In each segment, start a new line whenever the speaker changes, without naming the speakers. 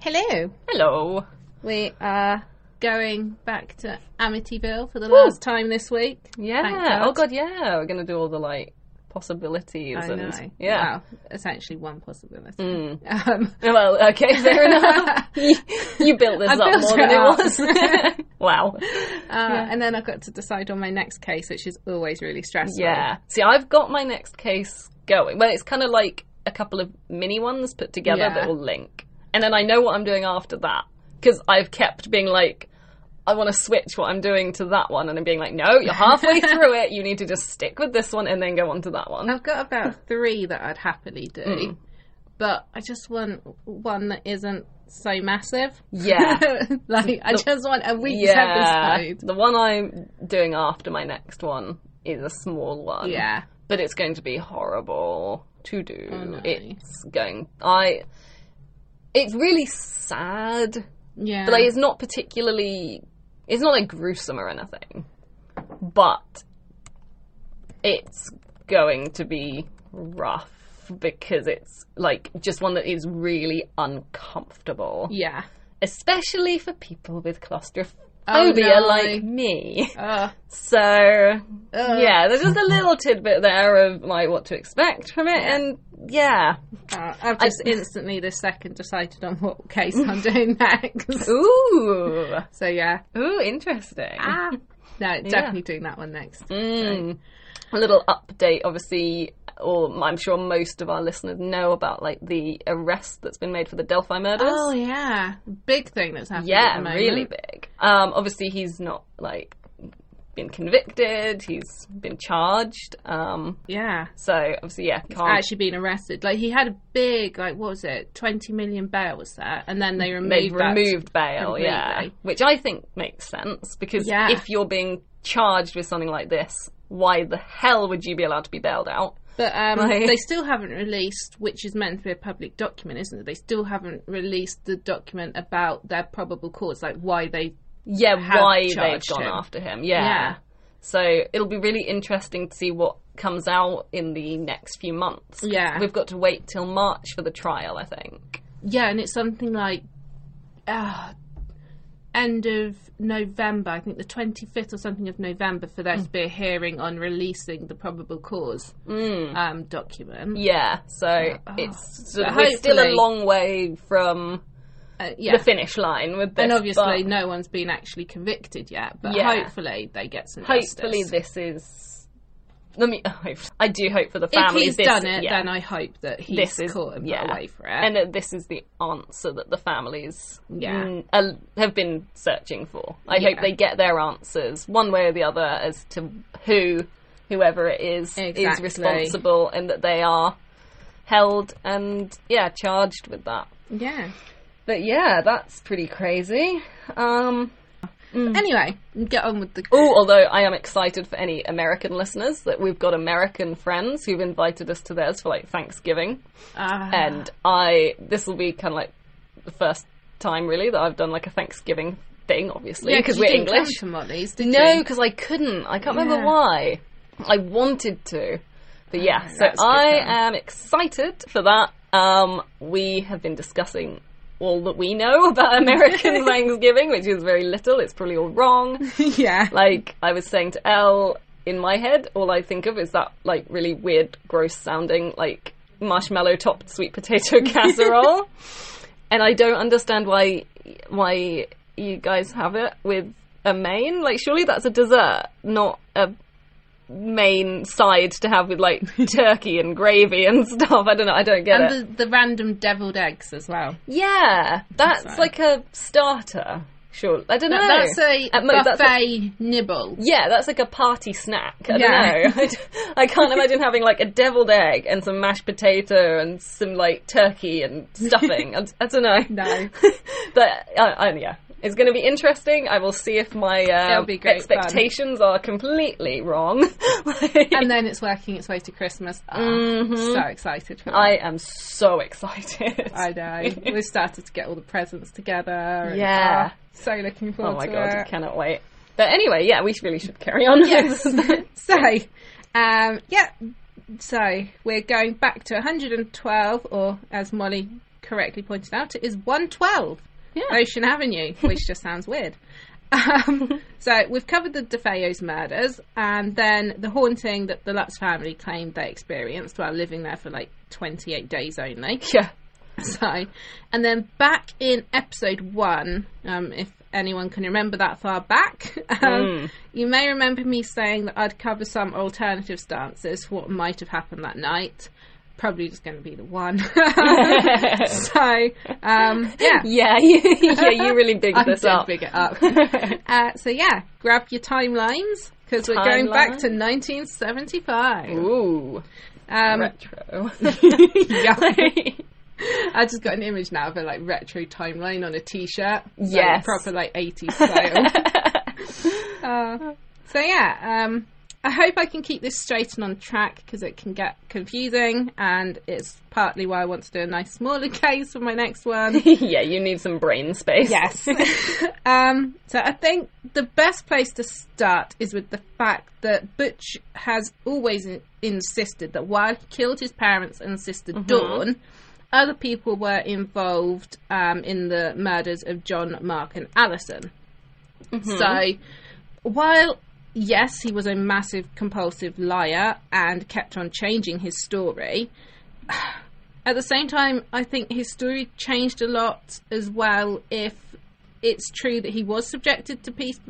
Hello.
Hello.
We are going back to Amityville for the
Woo.
last time this week. Thank
Yeah.
God.
Oh god, yeah. We're gonna do all the like possibilities
I
and
know.
yeah.
Well, it's actually one possibility.
Mm.
Um,
Well, okay, fair enough. You, you built this
I
up
built
more than
it
it
up.
was. wow.
uh,
Ah.
And then I've got to decide on my next case, which is always really stressful.
Yeah. See, I've got my next case going. Well, it's kind of like a couple of mini ones put together
Yeah.
that will link. And then I know what I'm doing after that because I've kept being like, I want to switch what I'm doing to that one. And I'm being like, no, you're halfway through it. You need to just stick with this one and then go on to that one.
I've got about three that I'd happily do,
Mm.
but I just want one that isn't so massive.
Yeah.
like, I
The-
just want a week's episode.
The one I'm doing after my next one is a small one.
Yeah.
But it's going to be horrible to do.
Oh, no.
It's going I it's really sad.
Yeah.
But like it's not particularly it's not like gruesome or anything. But it's going to be rough because it's like just one that is really uncomfortable
yeah.
especially for people with claustrophobia
Oh, no.
like me.
Ugh.
So,
Ugh.
yeah, there's just a little tidbit there of like what to expect from it, and yeah.
Uh, I've just instantly this second decided on what case I'm doing next.
Ooh,
So yeah,
ooh, interesting.
ah, no, definitely doing that one next.
Mm. A little update, obviously, or I'm sure most of our listeners know about like the arrest that's been made for the Delphi murders.
Oh yeah, big thing that's happening. at
yeah,
the moment.
really big. Um, obviously, he's not like been convicted. He's been charged. Um,
Yeah,
So obviously, yeah, can't
actually being arrested. Like he had a big, like what was it, twenty million bail was that, and then they removed.
they've
that.
removed bail, yeah,
completely.
which I think makes sense because
Yeah.
if you're being charged with something like this, why the hell would you be allowed to be bailed out?
But um,
Right.
they still haven't released, which is meant to be a public document, isn't it? They still haven't released the document about their probable cause, like why they.
Yeah,
Have
why they've
charged
gone
him.
after him? Yeah.
Yeah.
So it'll be really interesting to see what comes out in the next few months.
Yeah.
We've got to wait till March for the trial, I think.
Yeah, and it's something like uh, end of November, I think the 25th or something of November, for there to
Mm.
be a hearing on releasing the probable cause um, document.
Mm. Yeah. So it's sort of, we're still a
hopefully-
long way from
Uh, yeah.
the finish line with this.
and obviously,
but-
no one's been actually convicted yet, but
Yeah.
hopefully they get some
hopefully
justice.
this is let me I hope I do hope for the
if
family
he's
this,
done it,
yeah,
then I hope that he's
This is-
caught and
yeah.
put away for it.
and that this is the answer that the families
Yeah.
mm, al- have been searching for. I hope
Yeah.
they get their answers one way or the other as to who whoever it is is
Exactly.
responsible and that they are held and yeah charged with that.
yeah.
But yeah, that's pretty crazy. Um
Anyway, get on with the.
Oh, although I am excited for any American listeners that we've got American friends who've invited us to theirs for like Thanksgiving,
Ah.
and I this will be kind of like the first time really that I've done like a Thanksgiving thing, obviously
Yeah,
because
'cause you
we're
didn't come
English.
to Motley's, did
No,
you?
because I couldn't. I can't remember
Yeah.
why. I wanted to, but yeah. so
Oh, that's good
I
then.
am excited for that. Um, we have been discussing all that we know about American Thanksgiving, which is very little. It's probably all wrong.
yeah.
Like I was saying to Elle, in my head, all I think of is that like really weird, gross sounding like marshmallow topped sweet potato casserole, and I don't understand why why you guys have it with a main. Like surely that's a dessert, not a main side to have with like turkey and gravy and stuff. I don't know. I don't get it.
and the, the random deviled eggs as well.
Yeah, that's
Sorry.
like a starter. Sure, I don't know.
That's a
At most,
buffet
Uh, that's what-
nibble.
Yeah, that's like a party snack. I
Yeah.
don't know. I d- I can't imagine having like a deviled egg and some mashed potato and some like turkey and stuffing. I, d- I don't know.
No.
but uh, uh, yeah, it's going to be interesting. I will see if my uh,
It'll be great fun.
expectations are completely wrong. Like,
And then it's working its way to Christmas. Ah, So excited for that.
Mm-hmm. I am so excited.
I know. We've started to get all the presents together. and,
Yeah.
ah, so looking forward
oh my
to
god, I
it.
cannot wait. But anyway, yeah, we really should carry on.
Yes. so, um, yeah. So we're going back to 112, or as Molly correctly pointed out, it is 112
Yeah.
Ocean Avenue, which just sounds weird. Um, so we've covered the DeFeo's murders and then the haunting that the Lutz family claimed they experienced while living there for like 28 days only.
Yeah.
So, and then back in episode one, um, if anyone can remember that far back, um,
Hmm.
you may remember me saying that I'd cover some alternative stances for what might have happened that night. Probably just going to be the one. so, um, yeah.
Yeah, you, yeah, you really big
I
this
did
up.
big it up. uh, so yeah, grab your timelines because we're going back to 1975.
Ooh,
Um,
retro.
yeah. I just got an image now of a like retro timeline on a t-shirt. So
Yes.
proper like 80s style. uh, so yeah, um, I hope I can keep this straight and on track because it can get confusing, and it's partly why I want to do a nice smaller case for my next one.
yeah, you need some brain space.
Yes. um, so I think the best place to start is with the fact that Butch has always in- insisted that while he killed his parents and sister Dawn, other people were involved um, in the murders of John, Mark, and Allison. So while. Yes, he was a massive compulsive liar and kept on changing his story at the same time, I think his story changed a lot as well. If it's true that he was subjected to peace,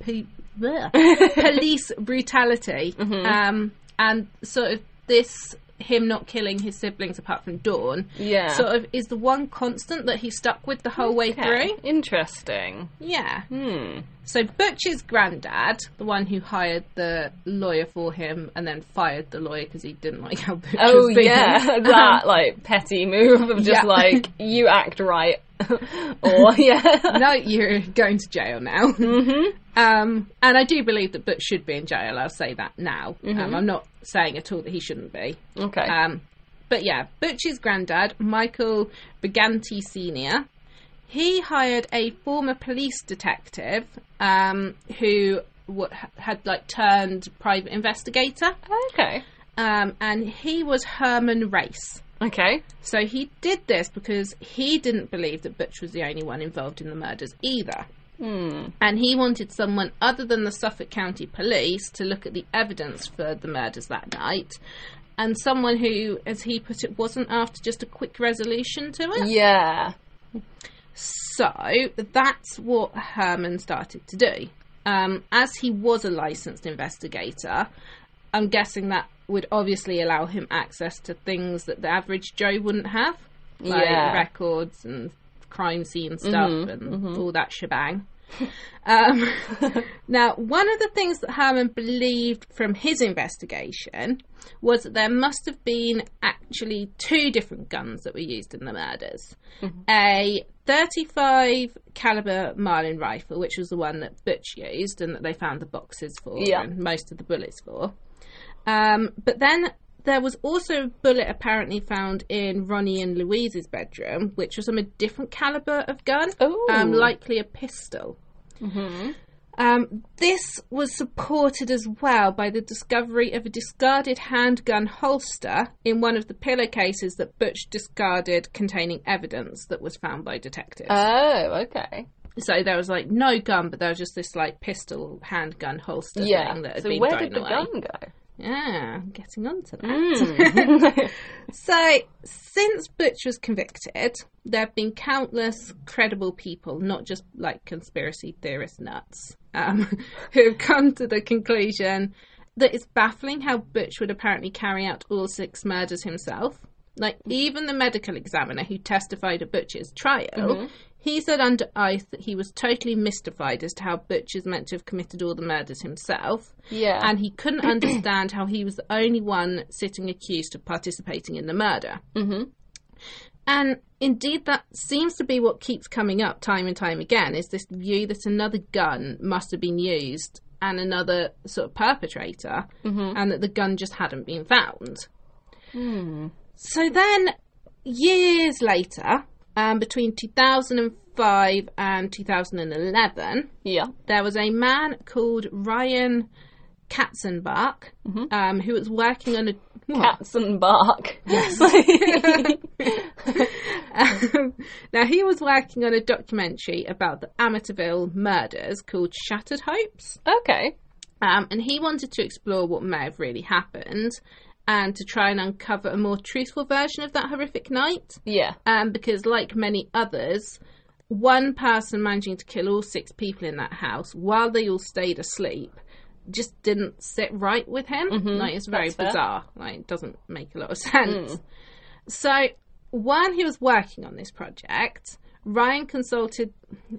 pe- bleh, police brutality,
Mm-hmm.
um, and sort of this him not killing his siblings apart from Dawn,
Yeah.
sort of is the one constant that he stuck with the whole way
Okay,
through.
Interesting.
Yeah.
Hmm.
So Butch's granddad, the one who hired the lawyer for him and then fired the lawyer because he didn't like how Butch
Oh
was being. Um, Uh-huh.
yeah, that like petty move of just
Yeah.
like you act right, or yeah,
no, you're going to jail now.
Mm-hmm.
Um, and I do believe that Butch should be in jail. I'll say that now.
Mm-hmm.
Um, I'm not saying at all that he shouldn't be.
okay,
Um, but yeah, Butch's granddad, Michael Briganti Sr., he hired a former police detective um, who w- had like turned private investigator,
okay,
um, and he was Herman Race.
okay,
So he did this because he didn't believe that Butch was the only one involved in the murders either. And he wanted someone other than the Suffolk County Police to look at the evidence for the murders that night. And someone who, as he put it, wasn't after just a quick resolution to it.
yeah,
So that's what Herman started to do. Um, as he was a licensed investigator, I'm guessing that would obviously allow him access to things that the average Joe wouldn't have, like
Yeah.
records and crime scene stuff and all that shebang. um, now, one of the things that Herman believed from his investigation was that there must have been actually two different guns that were used in the murders a 35 caliber Marlin rifle, which was the one that Butch used and that they found the boxes for
Yeah.
and most of the bullets for. Um, but then there was also a bullet apparently found in Ronnie and Louise's bedroom, which was from a different caliber of gun,
Ooh.
um, likely a pistol. Um, this was supported as well by the discovery of a discarded handgun holster in one of the pillowcases that Butch discarded containing evidence that was found by detectives.
oh okay,
so there was like no gun, but there was just this like pistol handgun holster
yeah.
thing that had
So
been
where
thrown
did the
away.
gun go?
Yeah, I'm getting on to that. so, since Butch was convicted, there have been countless credible people, not just like conspiracy theorist nuts, um, who have come to the conclusion that it's baffling how Butch would apparently carry out all six murders himself. Like, even the medical examiner who testified at Butch's trial, he said under oath that he was totally mystified as to how Butch is meant to have committed all the murders himself
Yeah,
and he couldn't understand how he was the only one sitting accused of participating in the murder. Mm-hmm. And indeed, that seems to be what keeps coming up time and time again is this view that another gun must have been used and another sort of perpetrator, and that the gun just hadn't been found. So then, years later, um, between 2005 and 2011,
yeah,
there was a man called Ryan Katzenbach um, who was working on a
cats and bark. Yes,
Um, now, he was working on a documentary about the Amityville murders called Shattered Hopes.
Okay.
Um, and he wanted to explore what may have really happened and to try and uncover a more truthful version of that horrific night.
Yeah.
Um, because, like many others, one person managing to kill all six people in that house while they all stayed asleep just didn't sit right with him. Like, it's very
Mm-hmm. that's fair. Mm.
bizarre. Like, it doesn't make a lot of sense. So, while he was working on this project, Ryan consulted.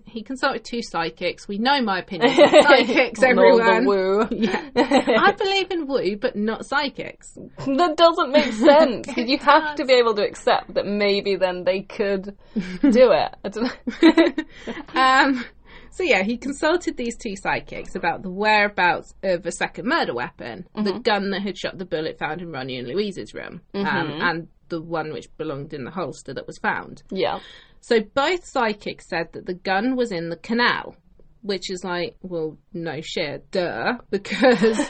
He consulted two psychics. We know my opinion. on psychics,
Not
everyone.
The woo.
Yeah. I believe in woo, but not psychics.
That doesn't make sense. 'cause you have to be able to accept that maybe then they could do it. I don't know.
Um, so yeah, he consulted these two psychics about the whereabouts of a second murder weapon,
Mm-hmm.
the gun that had shot the bullet found in Ronnie and Louise's room, um,
Mm-hmm.
and the one which belonged in the holster that was found.
yeah.
So both psychics said that the gun was in the canal, which is like, well, no shit, duh, because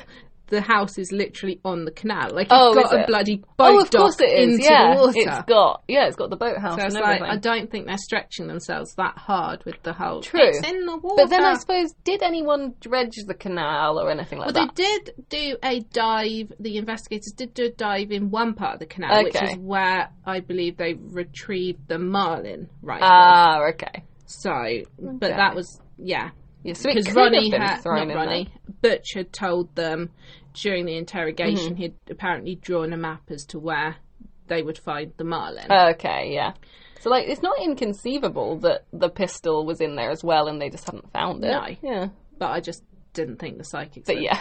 the house is literally on the canal. Like, it's
Oh,
got
is
a
it?
bloody boat
Oh, of course
dock
it is.
into
yeah,
the water.
it's got yeah, it's got the boathouse
so
and
it's like,
everything.
I don't think they're stretching themselves that hard with the whole.
True.
It's in the water.
But then I suppose, did anyone dredge the canal or anything like
Well,
that?
they did do a dive. The investigators did do a dive in one part of the canal, which
Okay.
is where I believe they retrieved the marlin rifle.
Ah, okay.
so, but
okay.
that was yeah,
Yeah, so it
because
could
Ronnie
have been
had
thrown
not
in
Ronnie Butch had told them during the interrogation
Mm-hmm.
he'd apparently drawn a map as to where they would find the marlin.
there. Okay, yeah. So like, it's not inconceivable that the pistol was in there as well, and they just hadn't found it.
No.
Yeah.
but I just didn't think the psychics.
But
would-
yeah,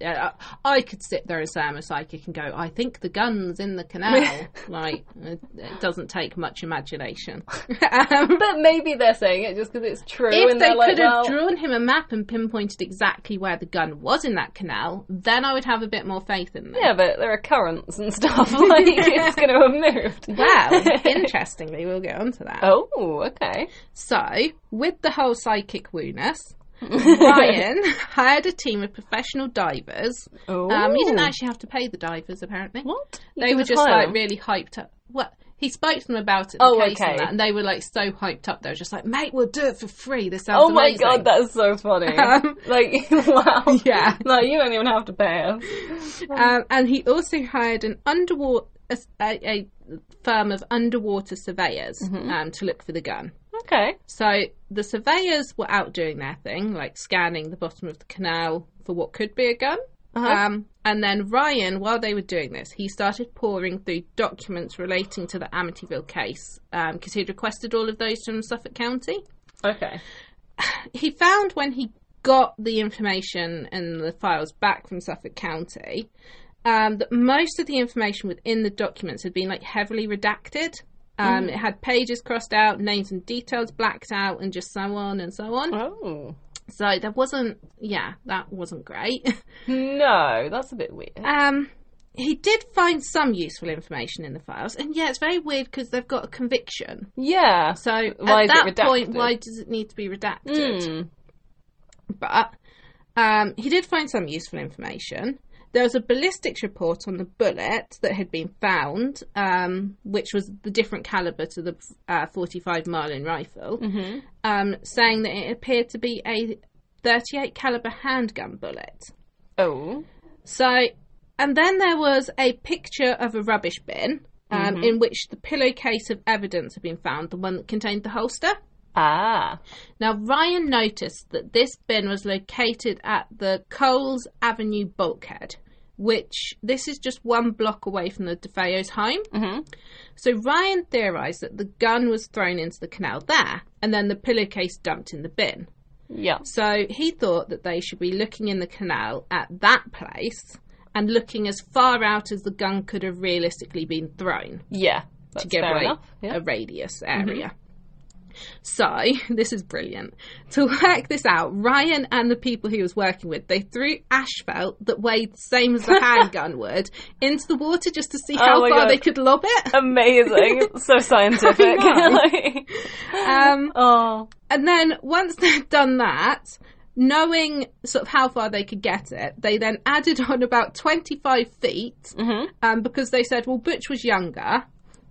Yeah, I, I could sit there and say I'm a psychic and go, I think the gun's in the canal. like, it, it doesn't take much imagination. um,
but maybe they're saying it just because it's true.
if
and
they
they're
could
like,
have
well,
drawn him a map and pinpointed exactly where the gun was in that canal, then I would have a bit more faith in them.
yeah, but there are currents and stuff. Like, it's going to have moved.
Well, interestingly, we'll get onto that.
Oh, okay.
So, with the whole psychic wooness, Ryan hired a team of professional divers.
Oh,
Um, you didn't actually have to pay the divers, apparently.
what? You
They
can
were just
hire
like
them?
really hyped up. What he spoke to them about it. The
Oh,
case
okay.
and, that, and they were like so hyped up. They were just like, "Mate, we'll do it for free. This sounds
Oh my
amazing."
god, that is so funny.
Um,
like, wow.
Yeah.
Like, you don't even have to pay us.
Um, and he also hired an underwater a, a- a firm of underwater surveyors
Mm-hmm.
um, to look for the gun.
Okay.
So the surveyors were out doing their thing, like scanning the bottom of the canal for what could be a gun. Um, and then Ryan, while they were doing this, he started poring through documents relating to the Amityville case because he'd requested all of those from Suffolk County.
Okay.
He found when he got the information and the files back from Suffolk County um, that most of the information within the documents had been like heavily redacted. Um, It had pages crossed out, names and details blacked out, and just so on and so on.
Oh.
So there wasn't, yeah, that wasn't great.
No, that's a bit weird.
Um, he did find some useful information in the files, and yeah, it's very weird because they've got a conviction.
Yeah.
So at
Why is it
that point,
redacted?
why does it need to be redacted?
Mm.
But um, he did find some useful information. There was a ballistics report on the bullet that had been found, um, which was the different caliber to the uh, 45 Marlin rifle,
Mm-hmm.
um, saying that it appeared to be a 38 caliber handgun bullet.
Oh.
So, and then there was a picture of a rubbish bin um,
Mm-hmm.
in which the pillowcase of evidence had been found, the one that contained the holster.
Ah.
Now, Ryan noticed that this bin was located at the Coles Avenue bulkhead, which this is just one block away from the DeFeo's home.
Mhm.
So, Ryan theorised that the gun was thrown into the canal there and then the pillowcase dumped in the bin.
Yeah.
So he thought that they should be looking in the canal at that place and looking as far out as the gun could have realistically been thrown
Yeah. That's
to give
fair
like
enough. Yeah. Mm-hmm.
a radius area. So this is brilliant. To work this out, Ryan and the people he was working with, they threw asphalt that weighed the same as a handgun would into the water just to see how
Oh my
far
God.
they could lob it.
Amazing. so scientific. Like,
Um,
oh.
And then once they'd done that, knowing sort of how far they could get it, they then added on about 25 feet um, because they said, well, Butch was younger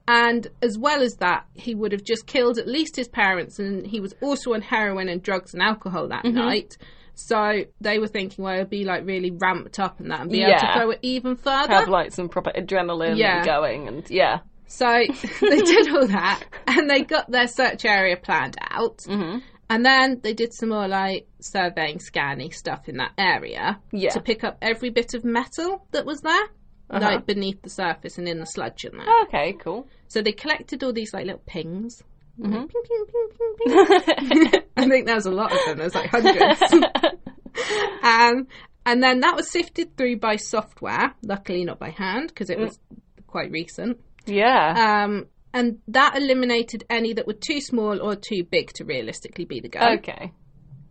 And as well as that, he would have just killed at least his parents, and he was also on heroin and drugs and alcohol that night. So they were thinking, well, he'll be like really ramped up and that, and be able to
Yeah.
go it even further.
Have like some proper adrenaline
Yeah.
going, and yeah,
So they did all that, and they got their search area planned out.
Mhm.
And then they did some more like surveying, scanning stuff in that area
Yeah.
to pick up every bit of metal that was there, like beneath the surface and in the sludge and that.
okay, cool.
So they collected all these like little pings. Like, ping, ping, ping, ping, ping. I think there was a lot of them. There's like hundreds. um, and then that was sifted through by software, luckily not by hand because it was quite recent.
Yeah,
Um, and that eliminated any that were too small or too big to realistically be the go.
okay.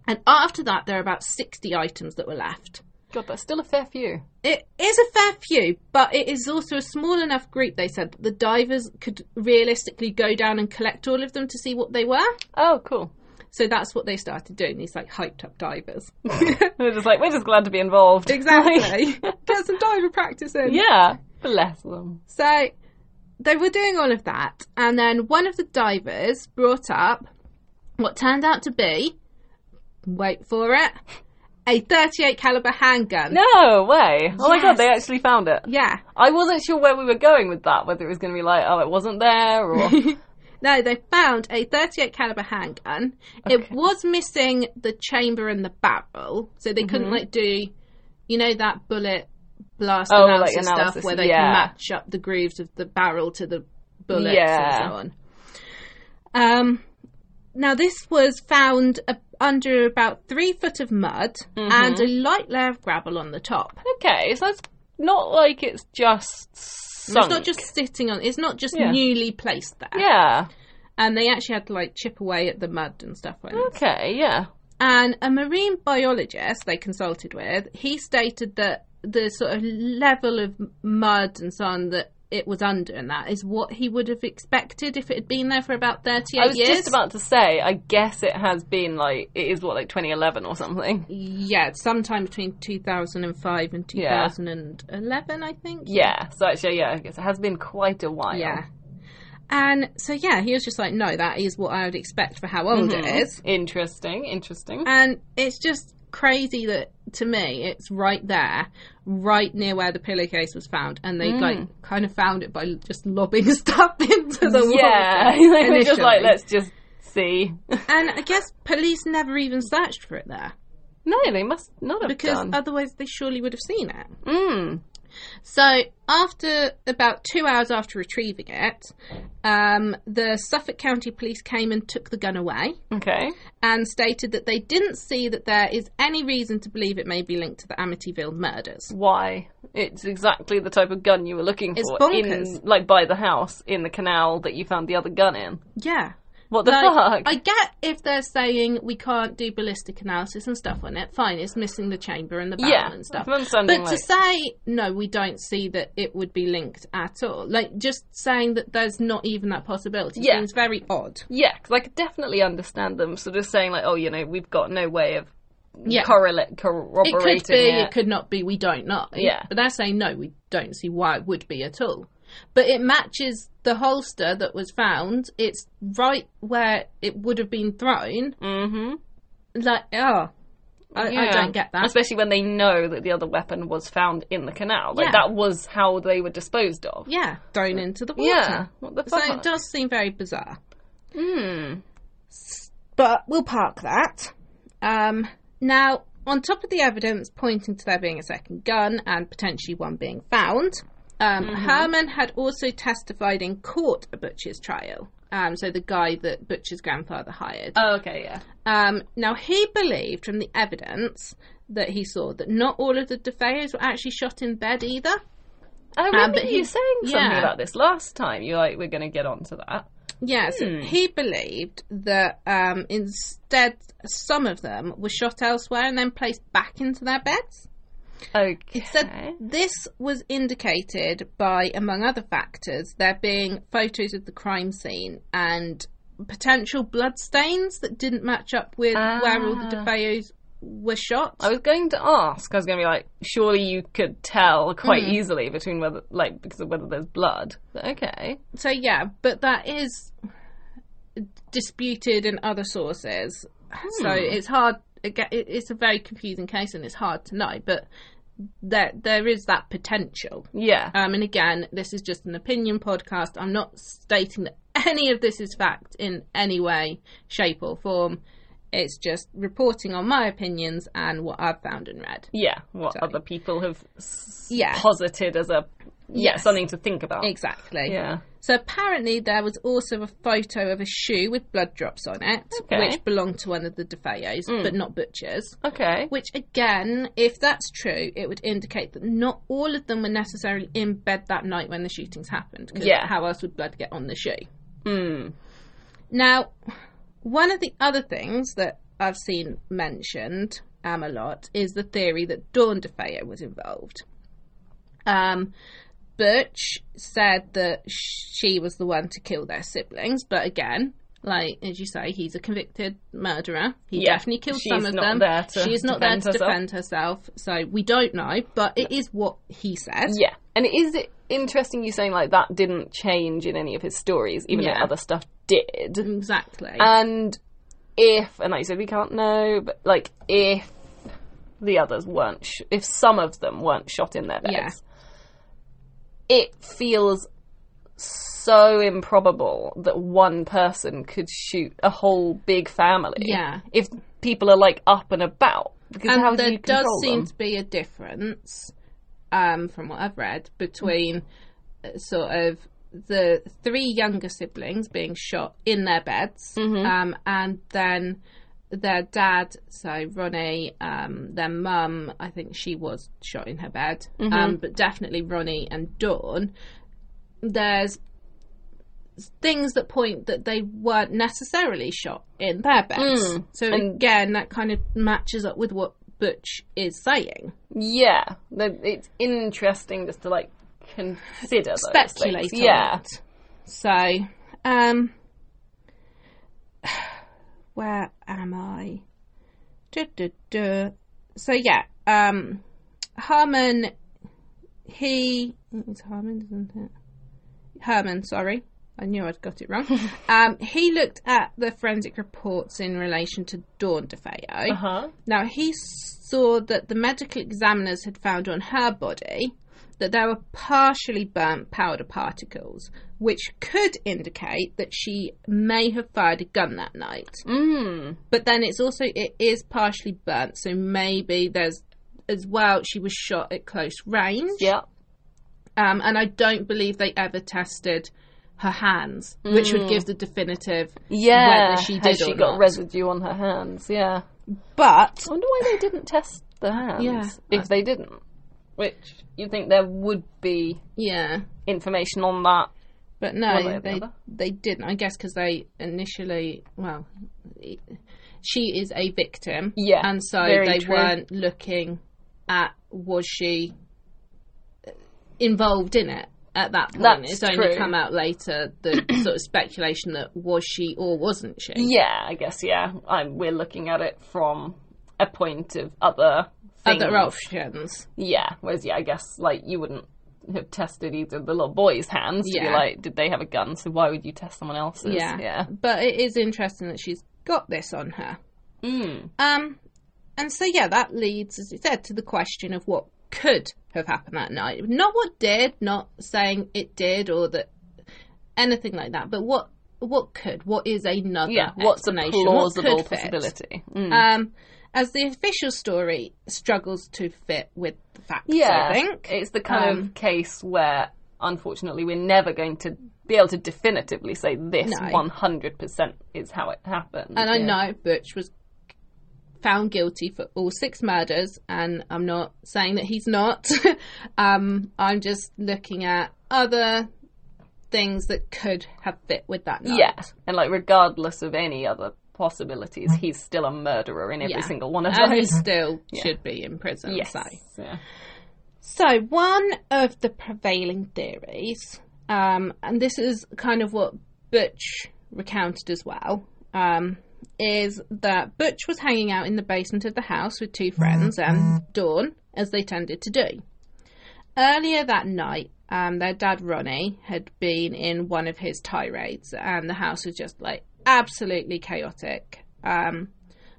And after that, there are about 60 items that were left.
God, that's still a fair few.
It is a fair few, but it is also a small enough group, they said, that the divers could realistically go down and collect all of them to see what they were.
Oh, cool.
So that's what they started doing, these like hyped up divers.
We're just like we're just glad to be involved.
Exactly. Get some diver practice in.
yeah, bless them.
So they were doing all of that, and then one of the divers brought up what turned out to be, wait for it, a 38 caliber handgun.
No way. Oh my
Yes.
god, they actually found it.
Yeah.
I wasn't sure where we were going with that. Whether it was going to be like, oh, it wasn't there, or
No, they found a 38 caliber handgun. It
Okay.
was missing the chamber and the barrel, so they
Mm-hmm.
couldn't like do, you know, that bullet blast
Oh,
analysis,
like analysis,
stuff where they
yeah.
can match up the grooves of the barrel to the bullets
Yeah.
and so on. Um, now this was found uh, under about three foot of mud
Mm-hmm.
and a light layer of gravel on the top.
okay, so it's not like it's just sunk.
It's not just sitting on. It's not just
Yeah.
newly placed there.
yeah.
And they actually had to like chip away at the mud and stuff like that.
Okay, yeah.
And a marine biologist they consulted with, he stated that the sort of level of mud and so on that it was under and that is what he would have expected if it had been there for about 38
I was
years.
just about to say. I guess it has been like it is what like 2011 or something.
yeah, sometime between 2005 and
Yeah.
2011, I think.
Yeah. So actually, yeah, I guess it has been quite a while.
Yeah. And so, yeah, he was just like, no, that is what I would expect for how old
Mm-hmm.
it is.
Interesting. Interesting.
And it's just crazy that to me it's right there, right near where the pillowcase was found, and they
Mm.
like kind of found it by l- just lobbing stuff into the
yeah.
water.
They were just like
initially.
let's just see.
And I guess police never even searched for it there
no, they must not have
because um,
done.
otherwise they surely would have seen it.
Mm.
So after about two hours after retrieving it, um, the Suffolk County Police came and took the gun away.
Okay.
and stated that they didn't see that there is any reason to believe it may be linked to the Amityville murders.
Why? It's exactly the type of gun you were looking
It's
for in
bonkers.
like by the house in the canal that you found the other gun in.
Yeah.
What the
Like,
fuck?
I get if they're saying we can't do ballistic analysis and stuff on it, fine, it's missing the chamber and the barrel
yeah.
and stuff.
I'm understanding,
But to
like,
say, no, we don't see that it would be linked at all, like just saying that there's not even that possibility
Yeah.
seems very odd.
Yeah, because I could definitely understand them sort of saying like, "Oh, you know, we've got no way of
Yeah.
correlate
It
corroborating
could be,
it."
it could not be, we don't know.
Yeah.
But they're saying, no, we don't see why it would be at all. But it matches the holster that was found. It's right where it would have been thrown.
hmm
Like, oh, I, I don't get that.
Especially when they know that the other weapon was found in the canal. Like
Yeah.
that was how they were disposed of.
Yeah, thrown into the water.
Yeah. What the
So
fuck?
it does seem very bizarre.
Hmm.
But we'll park that. Um, now, on top of the evidence pointing to there being a second gun and potentially one being found, um,
Mm-hmm.
Herman had also testified in court at Butcher's trial. Um, so the guy that Butcher's grandfather hired.
Oh, okay. Yeah.
Um, now he believed from the evidence that he saw that not all of the DeFeos were actually shot in bed either.
I remember
Um, but
you
he-
saying something
yeah.
about this last time. You're like, "We're going to get onto that."
Yes,
Hmm.
he believed that um, instead some of them were shot elsewhere and then placed back into their beds.
Okay.
said this was indicated by, among other factors, there being photos of the crime scene and potential blood stains that didn't match up with where all the
Ah.
DeFeos were shot.
I was going to ask. I was going to be like, surely you could tell quite
Mm-hmm.
easily between whether, like, because of whether there's blood. But okay.
So yeah, but that is disputed in other sources. So it's hard. aga- it- It's a very confusing case, and it's hard to know. But there, there is that potential.
Yeah.
Um, and again, this is just an opinion podcast. I'm not stating that any of this is fact in any way, shape, or form. It's just reporting on my opinions and what I've found and read.
yeah. What other people have s-
Yeah.
posited as a yeah
Yes.
something to think about.
Exactly.
Yeah.
So apparently there was also a photo of a shoe with blood drops on it,
Okay. Mm.
which belonged to one of the DeFeos, but not Butcher's.
Okay.
Which again, if that's true, it would indicate that not all of them were necessarily in bed that night when the shootings happened. 'cause
Yeah. Hmm.
How else would blood get on the shoe? Now, one of the other things that I've seen mentioned um, a lot is the theory that Dawn DeFeo was involved. Um, Butch said that she was the one to kill their siblings, but again, like as you say, he's a convicted murderer. He
Yeah,
definitely killed
she's
some of
not
them.
there to
She's not there
defend
to
herself.
defend herself, so we don't know. But it is what he said.
Yeah. And is it interesting you saying like that didn't change in any of his stories, even
Yeah.
though other stuff did?
Exactly.
And if, and like you said, we can't know, but like if the others weren't, sh- if some of them weren't shot in their beds,
Yeah.
it feels so improbable that one person could shoot a whole big family.
Yeah.
If people are like up and about, because how
and
do
there
you
does
control
seem
them?
to be a difference um, from what I've read between uh, sort of the three younger siblings being shot in their beds
Mm-hmm.
um, and then their dad so ronnie um, their mum i think she was shot in her bed
Mm-hmm.
um, but definitely ronnie and dawn there's things that point that they weren't necessarily shot in their beds. So again, that kind of matches up with what Butch is saying.
Yeah, that- it's interesting just to like consider those things.
Speculate on
Yeah,
it. So, um, where am I? Duh, duh, duh. So yeah, um, Harmon, he it's Harmon, isn't it? Herman, sorry. I knew I'd got it wrong. um, he looked at the forensic reports in relation to Dawn DeFeo.
huh?
Now, he saw that the medical examiners had found on her body that there were partially burnt powder particles, which could indicate that she may have fired a gun that night.
Mm.
But then it's also, it is partially burnt, so maybe there's, as well, she was shot at close range.
Yeah.
Um, and I don't believe they ever tested her hands, which would give the definitive
Yeah,
whether she
has
did
she
or
got
not.
residue on her hands? Yeah,
but
I wonder why they didn't test the hands
Yeah.
if they didn't. Which you think there would be
yeah,
information on that?
But
One way
no,
or the
they
other.
they didn't. I guess because they initially, well, e- she is a victim,
Yeah,
and so
very
they
true.
weren't looking at was she involved in it at that point.
That's
it's only
true.
come out later the sort of speculation that was she or wasn't she.
Yeah, I guess. Yeah, i we're looking at it from a point of other things.
Other options,
Yeah, whereas yeah, I guess like you wouldn't have tested either the little boy's hands to be
Yeah.
like, did they have a gun? So why would you test someone else's?
yeah.
yeah.
But it is interesting that she's got this on her.
Mm.
Um, and so yeah, that leads, as you said, to the question of what could have happened that night. Not what did, not saying it did or that anything like that, but what what could, what is another
Yeah, what's a
explanation? What could
plausible
fit?
possibility? Mm.
Um, as the official story struggles to fit with the facts,
Yeah,
I think.
it's the kind
Um,
of case where, unfortunately, we're never going to be able to definitively say this
No.
one hundred percent is how it happened.
And
Yeah.
I know Butch was found guilty for all six murders, and I'm not saying that he's not. um, I'm just looking at other things that could have fit with that night.
yeah, and like regardless of any other possibilities, he's still a murderer in every
Yeah.
single one of
And he
those.
still should be in prison.
Yes.
So.
Yeah.
so, one of the prevailing theories, um, and this is kind of what Butch recounted as well, um, is that Butch was hanging out in the basement of the house with two friends and Dawn, as they tended to do. Earlier that night, um, their dad Ronnie had been in one of his tirades, and the house was just like absolutely chaotic. Um,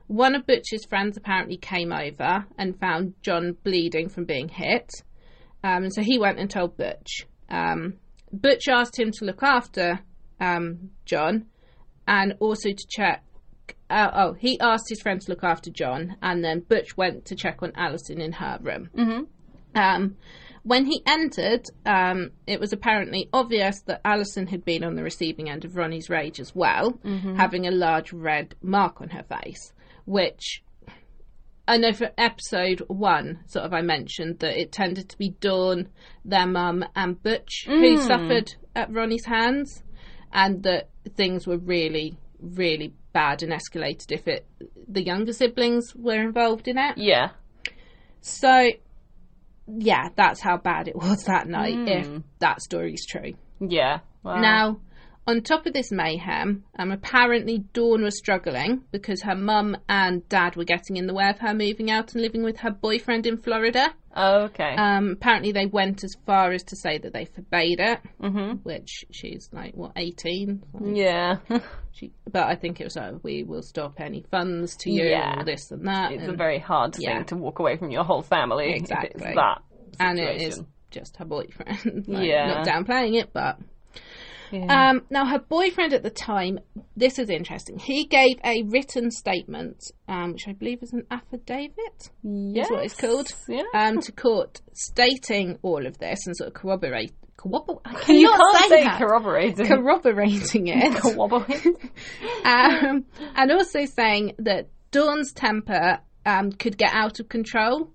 one of Butch's friends apparently came over and found John bleeding from being hit, um, and so he went and told Butch. Um, Butch asked him to look after um, John, and also to check. Uh, oh, he asked his friend to look after John, and then Butch went to check on Alison in her room. Um, when he entered, um, it was apparently obvious that Alison had been on the receiving end of Ronnie's rage as well, having a large red mark on her face, which. I know for episode one, sort of, I mentioned that it tended to be Dawn, their mum, and Butch who suffered at Ronnie's hands and that things were really, really bad and escalated if it the younger siblings were involved in it.
Yeah.
So yeah, that's how bad it was that night,
Hmm.
if that story's true.
Yeah. Wow.
Now, on top of this mayhem, um, apparently Dawn was struggling because her mum and dad were getting in the way of her moving out and living with her boyfriend in Florida.
Oh, Okay.
Um, apparently, they went as far as to say that they forbade it,
Mm-hmm.
which she's like, what, 18?
yeah.
She, but I think it was like, we will stop any funds to you,
Yeah.
or this and that.
it's
and,
a very hard thing
yeah.
to walk away from your whole family. if It's
Exactly.
that.
and it is
situation.
just her boyfriend. Like,
Yeah.
Not downplaying it, but.
Yeah.
Um, now, her boyfriend at the time, this is interesting. He gave a written statement, um, which I believe is an affidavit,
Yes.
is what it's called,
Yeah.
um, to court, stating all of this and sort of corroborate. Corroborate? I cannot
you can't
say,
say
that.
corroborating.
corroborating it.
Corroborating.
um, and also saying that Dawn's temper um, could get out of control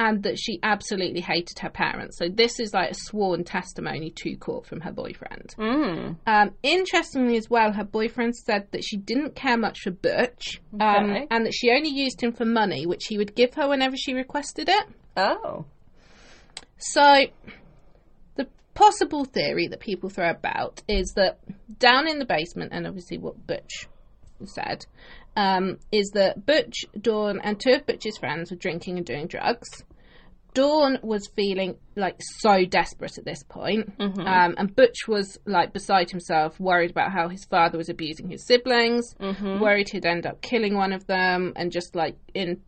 and that she absolutely hated her parents. So this is like a sworn testimony to court from her boyfriend.
mm.
Um, interestingly, as well, her boyfriend said that she didn't care much for Butch um,
Okay.
and that she only used him for money, which he would give her whenever she requested it.
Oh.
So, the possible theory that people throw about is that down in the basement, and obviously what Butch said, um, is that Butch, Dawn, and two of Butch's friends were drinking and doing drugs. Dawn was feeling like so desperate at this point, um, and Butch was like beside himself, worried about how his father was abusing his siblings, worried he'd end up killing one of them, and just like in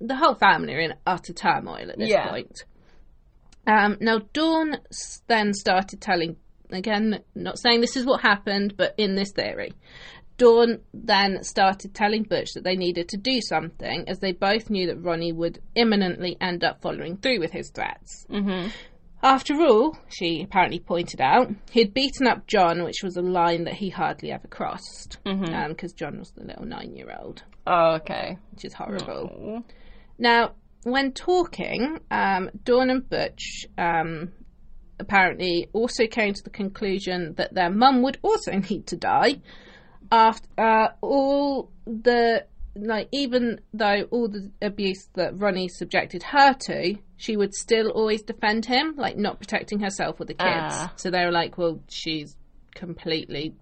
the whole family are in utter turmoil at this
Yeah.
point. Um, now, Dawn s- then started telling, again, not saying this is what happened, but in this theory. Dawn then started telling Butch that they needed to do something, as they both knew that Ronnie would imminently end up following through with his threats. Mm-hmm. After all, she apparently pointed out, he had beaten up John, which was a line that he hardly ever crossed, because John was the little nine year old
Okay.
which is horrible. Now, when talking, um, Dawn and Butch um, apparently also came to the conclusion that their mum would also need to die after uh, all the like even though all the abuse that Ronnie subjected her to, she would still always defend him, like not protecting herself or the kids.
Ah.
So they were like, well, she's completely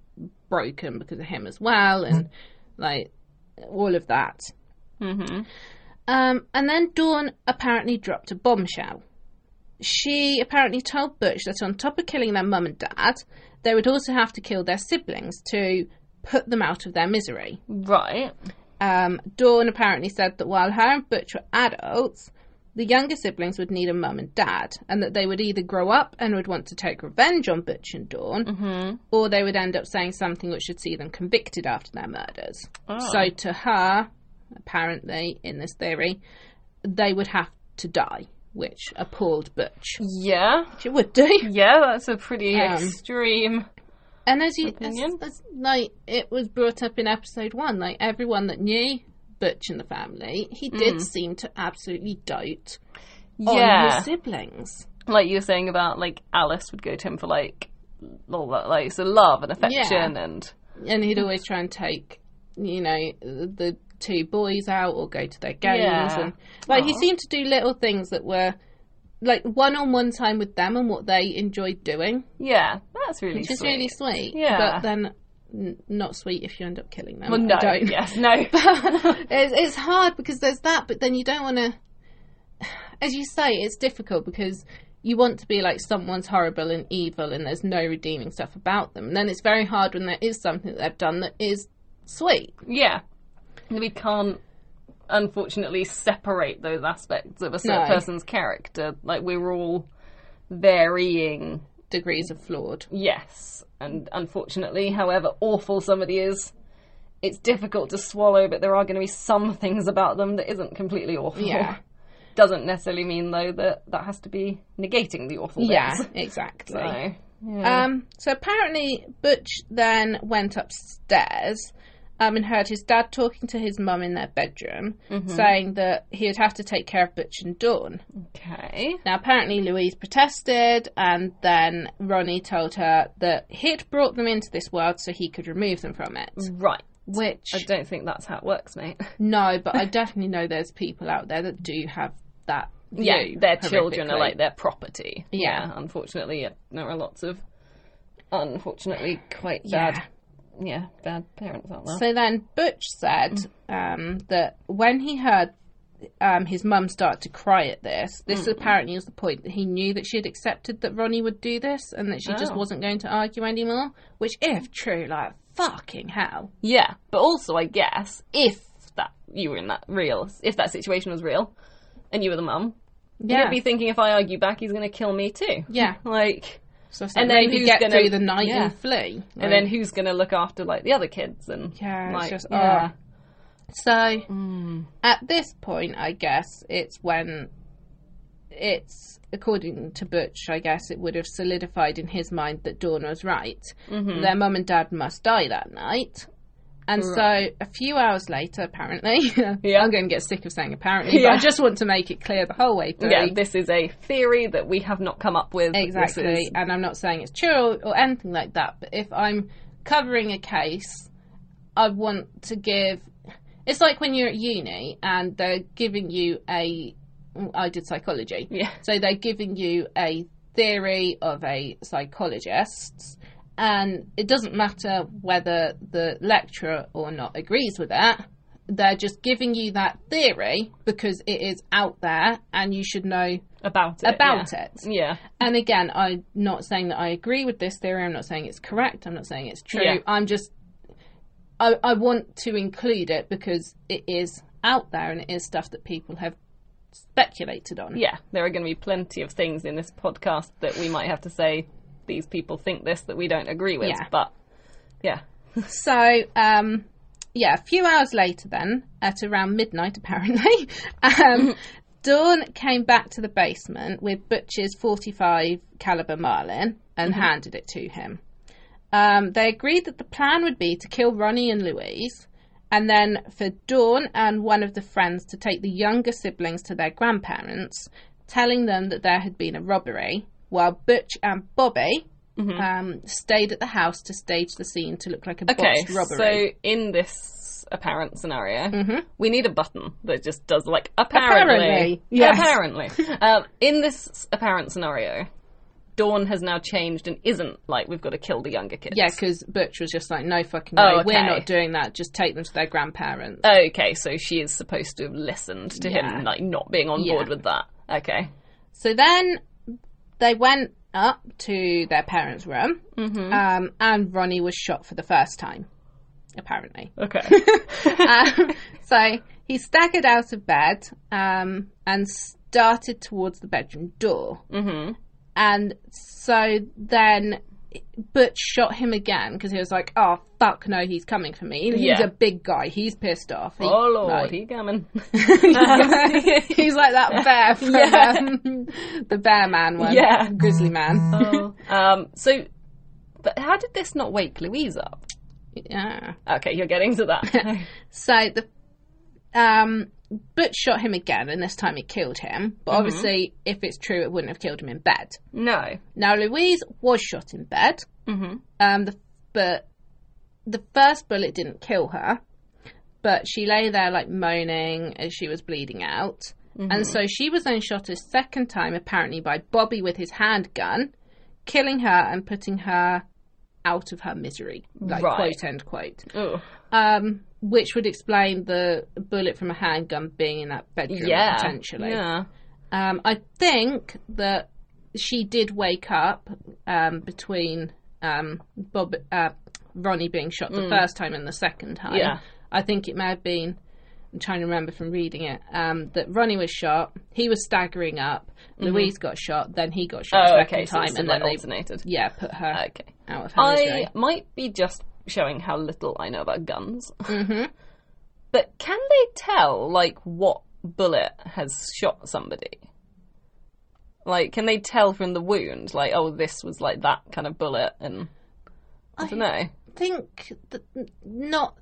broken because of him as well, and like all of that.
Mm-hmm.
Um, and then Dawn apparently dropped a bombshell. She apparently told Butch that on top of killing their mum and dad, they would also have to kill their siblings to put them out of their misery.
Right.
Um, Dawn apparently said that while her and Butch were adults, the younger siblings would need a mum and dad, and that they would either grow up and would want to take revenge on Butch and Dawn, or they would end up saying something which should see them convicted after their murders. So, to her, apparently, in this theory, they would have to die, which appalled Butch.
Mm. Yeah.
She would do.
Yeah, that's a pretty
Um,
extreme.
And as you, as,
Opinion?
as- like, it was brought up in episode one, like, everyone that knew Butch and the family, he did seem to absolutely dote on
Mm. Yeah.
his siblings.
like you were saying about like Alice would go to him for like all that like so love and affection and
And he'd always try and take, you know, the two boys out or go to their games.
Yeah.
And, like, he
Aw.
seemed to do little things that were, like, one on one time with them and what they enjoyed doing,
yeah, that's really
which is
sweet.
really sweet.
Yeah.
But then, n- not sweet if you end up killing them.
Well, no.
I don't.
Yes, no.
it's, it's hard because there's that, but then you don't want to. As you say, it's difficult because you want to be like someone's horrible and evil, and there's no redeeming stuff about them. And then it's very hard when there is something that they've done that is sweet.
yeah. We can't, unfortunately, separate those aspects of a certain
No.
person's character. Like, we're all varying,
Degrees of flawed.
yes. And unfortunately, however awful somebody is, it's difficult to swallow, but there are going to be some things about them that isn't completely awful.
Yeah.
Doesn't necessarily mean, though, that that has to be negating the awful
Yeah,
bits.
exactly.
So, yeah.
Um, so apparently, Butch then went upstairs um, and heard his dad talking to his mum in their bedroom, saying that he would have to take care of Butch and Dawn.
okay.
Now, apparently, Louise protested, and then Ronnie told her that he'd brought them into this world so he could remove them from it.
Right.
Which,
Mm. I don't think that's how it works, mate.
no, but I definitely know there's people out there that do have that. View,
yeah, their children are
horrifically.
like their property.
Yeah.
unfortunately, yeah, there are lots of unfortunately quite
Yeah.
bad, yeah, bad parents out there.
So then Butch said
Mm.
um, that when he heard um, his mum start to cry at this,
Mm.
this apparently was the point that he knew that she had accepted that Ronnie would do this and that she just
Oh.
wasn't going to argue anymore. Which, if true, like fucking hell.
yeah, but also I guess if that you were in that real, if that situation was real, and you were the mum,
Yeah.
you'd be thinking if I argue back, he's going to kill me too.
Yeah.
Like,
So it's
And
like,
then
maybe
who's
get
gonna-
through the night
yeah.
and flee.
and then who's going to look after like the other kids and
Yeah, it's
like,
just-
yeah.
So
hmm.
at this point, I guess it's when it's according to Butch. I guess it would have solidified in his mind that Dawn was right.
Mm-hmm.
Their mum and dad must die that night. And so a few hours later, apparently,
Yeah.
I'm going to get sick of saying apparently, but I
Yeah.
just want to make it clear the whole way through.
Yeah, this is a theory that we have not come up with. This
Exactly.
is-
And I'm not saying it's true or, or anything like that, but if I'm covering a case, I want to give. It's like when you're at uni and they're giving you a. I did psychology.
Yeah.
So they're giving you a theory of a psychologist, and it doesn't matter whether the lecturer or not agrees with it. They're just giving you that theory because it is out there and you should know
About it.
about
yeah.
it.
Yeah.
And again, I'm not saying that I agree with this theory. I'm not saying it's correct. I'm not saying it's true.
Yeah.
I'm just, I, I want to include it because it is out there and it is stuff that people have speculated on.
yeah, there are going to be plenty of things in this podcast that we might have to say these people think this that we don't agree with.
Yeah.
But yeah,
So, um, yeah, a few hours later, then, at around midnight apparently,
Mm-hmm.
um, Dawn came back to the basement with Butch's 45 caliber Marlin and
Mm-hmm.
handed it to him. Um, they agreed that the plan would be to kill Ronnie and Louise, and then for Dawn and one of the friends to take the younger siblings to their grandparents, telling them that there had been a robbery, while Butch and Bobby
Mm-hmm.
um, stayed at the house to stage the scene to look like a
okay.
botched robbery.
So in this apparent scenario,
Mm-hmm.
we need a button that just does like apparently,
Apparently, yes.
apparently. um, in this apparent scenario, Dawn has now changed and isn't like we've got to kill the younger kids.
Yeah, 'cause yeah, because Butch was just like, no fucking way,
Oh,
we're
okay.
not doing that. Just take them to their grandparents.
Okay, so she is supposed to have listened to
Yeah.
him, like not being on
Yeah.
board with that. Okay.
So then they went up to their parents' room,
Mm-hmm.
um, and Ronnie was shot for the first time, apparently.
Okay.
um, so he staggered out of bed um, and started towards the bedroom door. Mm-hmm. And so then Butch shot him again because he was like, oh, fuck, no, he's coming for me. He's
Yeah.
a big guy. He's pissed off. He-
oh lord,
like,
he coming.
he's like that bear from
Yeah.
um, the bear man one.
Yeah.
Grizzly man.
um, so, but how did this not wake Louise up?
Yeah.
Okay, you're getting to that.
So the um Butch shot him again and this time it killed him.
Mm-hmm.
But obviously if it's true it wouldn't have killed him in bed.
no.
Now Louise was shot in bed.
Mhm.
Um the, but the first bullet didn't kill her. But she lay there like moaning as she was bleeding out.
Mm-hmm.
And so she was then shot a second time apparently by Bobby with his handgun, killing her and putting her out of her misery, like
Right.
quote end quote.
Ugh.
Um, which would explain the bullet from a handgun being in that bedroom
Yeah.
potentially.
Yeah.
Um, I think that she did wake up um, between um, Bob, uh, Ronnie being shot the first time and the second time.
Mm. Yeah.
I think it may have been. I'm trying to remember from reading it um, that Ronnie was shot. He was staggering up. Louise got shot. Then he got shot
Mm-hmm. Oh,
a second
okay. So
time,
it's
and
like
then they
alternated.
yeah put her
Okay.
out of her
I
misery.
might be just showing how little I know about guns.
Mm-hmm.
But can they tell, like, what bullet has shot somebody? Like, can they tell from the wound, like, oh, this was like that kind of bullet, and I don't know.
think that not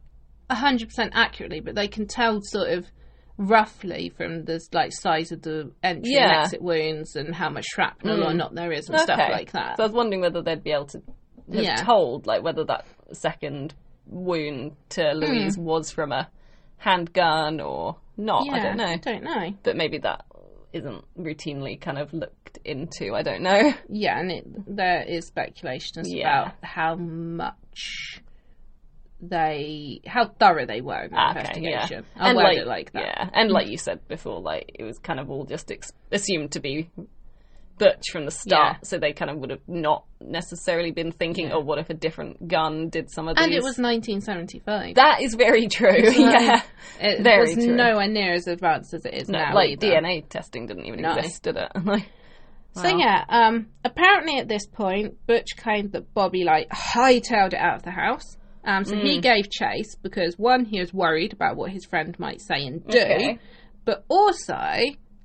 hundred percent accurately, but they can tell sort of roughly from the like size of the entry and
Yeah. Mm.
exit wounds and how much shrapnel or not there is and stuff
Okay.
like that.
So I was wondering whether they'd be able to have
Yeah.
told, like, whether that second wound to Louise
Hmm.
was from a handgun or not.
yeah,
I don't know.
don't know.
But maybe that isn't routinely kind of looked into. I don't know.
Yeah, and it, there is speculation as
Yeah.
about how much they, how thorough they were in the
Ah, Okay,
investigation.
yeah.
I'll word it like that. Hmm.
Yeah, and like you said before, like it was kind of all just ex- assumed to be Butch from the start,
Yeah.
so they kind of would have not necessarily been thinking, oh, what if a different gun did some of these?
And it was um, 1975.
that is very true. yeah,
it was
very true.
nowhere near as advanced as it is
No,
now.
like
either.
DNA testing didn't even
No.
exist, did it? Like,
So yeah, um, apparently at this point, Butch claimed that Bobby like hightailed it out of the house. Um, so
Mm.
he gave chase because one, he was worried about what his friend might say and do,
Okay.
but also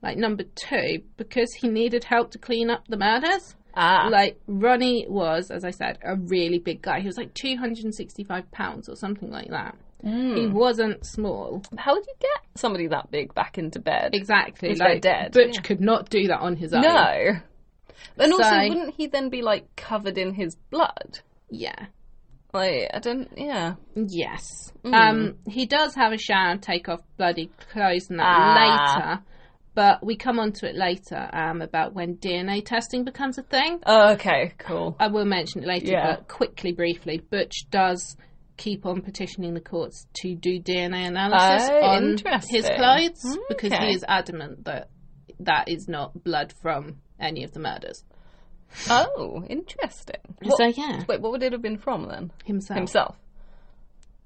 like number two, because he needed help to clean up the murders.
ah,
Like Ronnie was, as I said, a really big guy. He was like two hundred and sixty-five pounds or something like that.
Mm.
He wasn't small.
how would you get somebody that big back into bed?
Exactly.
He's
like
like dead,
Butch
yeah.
could not do that on his own.
No. And also,
So-
wouldn't he then be like covered in his blood?
Yeah.
Like, I don't. Yeah.
Yes.
Mm.
Um, he does have a shower and take off bloody clothes and that
Ah.
later, but we come on to it later um, about when DNA testing becomes a thing.
Oh, Okay. Cool.
I will mention it later,
Yeah.
but quickly, briefly, Butch does keep on petitioning the courts to do DNA analysis
Oh,
on
interesting.
his clothes because
Okay.
he is adamant that that is not blood from any of the murders.
Oh, interesting. What,
so yeah,
wait, what would it have been from then?
himself.
Himself.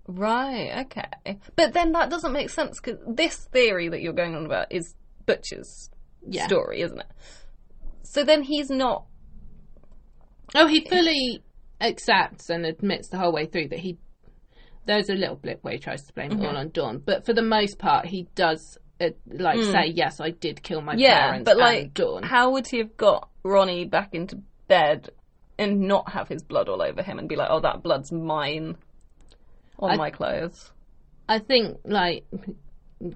Right, okay. But then that doesn't make sense because this theory that you're going on about is Butcher's
Yeah.
story, isn't it? So then he's not.
Oh, he fully accepts and admits the whole way through that he. There's a little blip where he tries to blame it all on Dawn, but for the most part, he does uh, like say, "Yes, I did kill my
Yeah,
parents."
but
and
like,
Dawn.
how would he have got Ronnie back into bed and not have his blood all over him and be like, oh, that blood's mine on
I-
my clothes?
I think like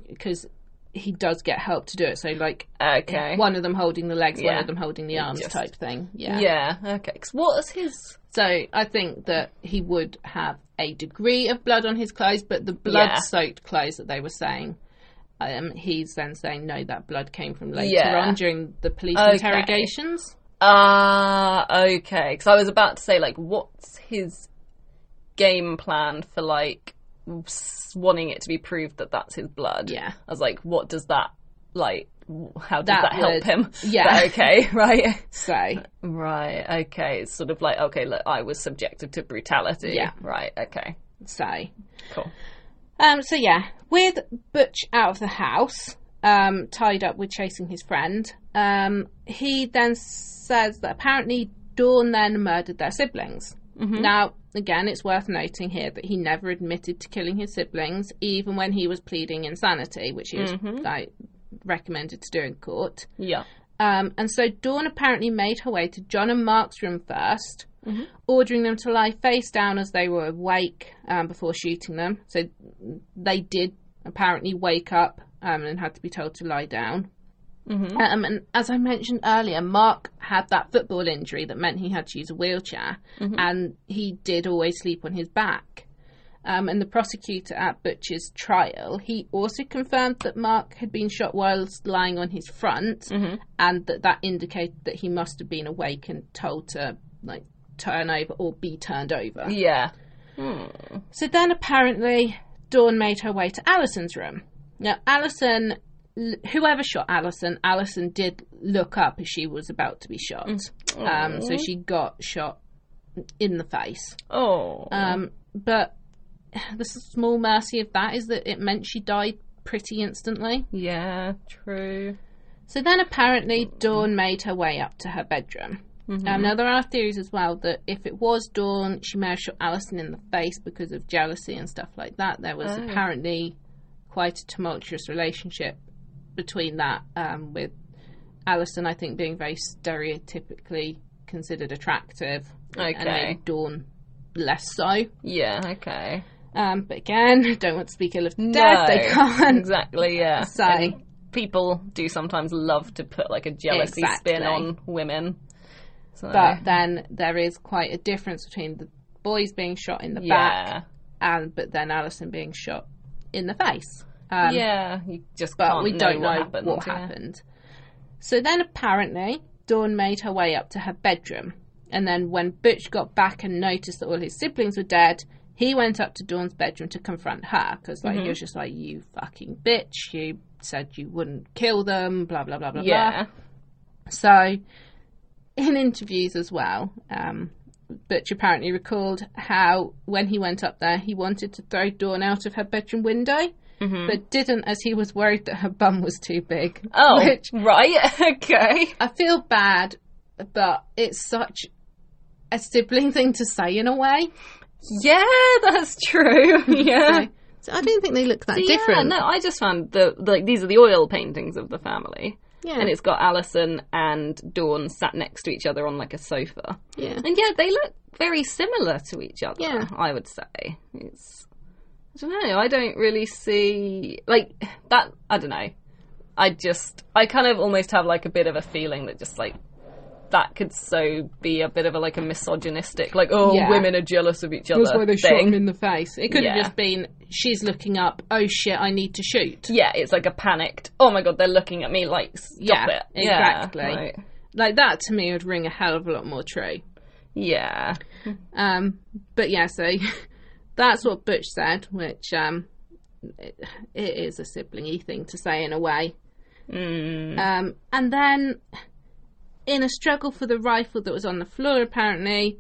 because he does get help to do it. So like
Okay.
one of them holding the legs, one
Yeah.
of them holding the arms,
just-
type thing. Yeah.
yeah, okay. 'Cause what is his.
So I think that he would have a degree of blood on his clothes, but the blood-soaked clothes that they were saying, um, he's then saying no, that blood came from later
Yeah.
on during the police
Okay.
interrogations.
Ah, okay. Because I was about to say, like, what's his game plan for like s- wanting it to be proved that that's his blood?
Yeah.
I was like, what does that like? w- How does
That
that,
would-
help him?
yeah.
But okay. Right.
So
Right. Okay. It's sort of like okay. Look, I was subjected to brutality.
Yeah.
Right. Okay.
so
Cool.
Um, so yeah, with Butch out of the house, um, tied up with chasing his friend, um, he then says that apparently Dawn then murdered their siblings. Now, again, it's worth noting here that he never admitted to killing his siblings, even when he was pleading insanity, which he was like recommended to do in court.
Yeah.
Um, and so Dawn apparently made her way to John and Mark's room 1st ordering them to lie face down as they were awake um, before shooting them. So they did apparently wake up um, and had to be told to lie down. Um, and as I mentioned earlier, Mark had that football injury that meant he had to use a wheelchair, and he did always sleep on his back. Um, and the prosecutor at Butch's trial, he also confirmed that Mark had been shot whilst lying on his front, and that that indicated that he must have been awake and told to like turn over or be turned over.
Yeah.
So then apparently Dawn made her way to Alison's room. Now, Alison, l- whoever shot Alison, Alison did look up as she was about to be shot. Um, so she got shot in the face.
Oh.
Um, but the small mercy of that is that it meant she died pretty instantly.
yeah. True.
So then apparently Dawn made her way up to her bedroom.
Mm-hmm.
Um, now there are theories as well that if it was Dawn, she may have shot Alison in the face because of jealousy and stuff like that. There
Oh.
was apparently quite a tumultuous relationship between that um, with Alison, I think, being very stereotypically considered attractive, and
Okay.
maybe Dawn less so.
Yeah. Okay.
Um, but again, don't want to speak ill of the
No.
dead. They can't.
Exactly. Yeah.
So
And people do sometimes love to put like a jealousy spin
Exactly.
on women. So,
but then there is quite a difference between the boys being shot in the back
yeah.
and but then Alison being shot in the face. Um,
yeah. You just
but
can't
we
know
don't
what
know
happened.
what
yeah.
happened. So then apparently Dawn made her way up to her bedroom, and then when Butch got back and noticed that all his siblings were dead. He went up to Dawn's bedroom to confront her because, like,
Mm-hmm.
he was just like, "You fucking bitch! You said you wouldn't kill them, blah blah blah blah blah."
Yeah.
So, in interviews as well, um, Butch apparently recalled how when he went up there, he wanted to throw Dawn out of her bedroom window,
Mm-hmm.
but didn't as he was worried that her bum was too big.
Oh,
Which
right. Okay.
I feel bad, but it's such a sibling thing to say in a way.
Yeah, that's true. Yeah.
So, so I don't think they look that
So,
different.
Yeah, no, I just found the the- like these are the oil paintings of the family.
Yeah.
And it's got Alison and Dawn sat next to each other on like a sofa.
yeah.
And yeah, they look very similar to each other,
Yeah.
I would say. It's I don't know, I don't really see like that I don't know. I just I kind of almost have like a bit of a feeling that just like that could so be a bit of a like a misogynistic like oh
Yeah.
women are jealous of each other thing.
in the face. It could
Yeah.
have just been she's looking up. Oh shit! I need to shoot.
yeah, it's like a panicked. Oh my god, they're looking at me like stop
Yeah,
it.
exactly.
Yeah, right.
like that to me would ring a hell of a lot more true.
yeah,
Um, but yeah, so that's what Butch said, which um, it, it is a siblingy thing to say in a way. Um, and then, in a struggle for the rifle that was on the floor, apparently,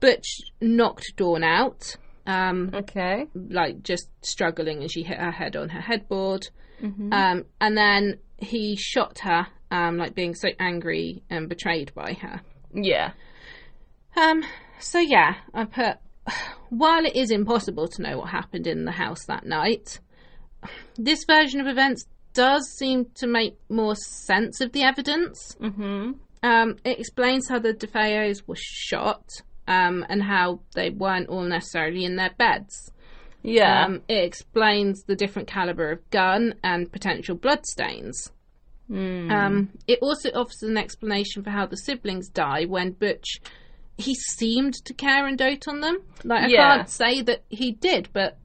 Butch knocked Dawn out. Um,
okay,
like just struggling and she hit her head on her headboard um, and then he shot her um, like being so angry and betrayed by her
yeah,
um, so yeah, I put. While it is impossible to know what happened in the house that night, this version of events does seem to make more sense of the evidence. Mm-hmm. Um, it explains how the DeFeos were shot um, and how they weren't all necessarily in their beds.
yeah,
Um, it explains the different caliber of gun and potential bloodstains.
Hmm.
Um, it also offers an explanation for how the siblings die when Butch. He seemed to care and dote on them. Like I
Yeah.
can't say that he did, but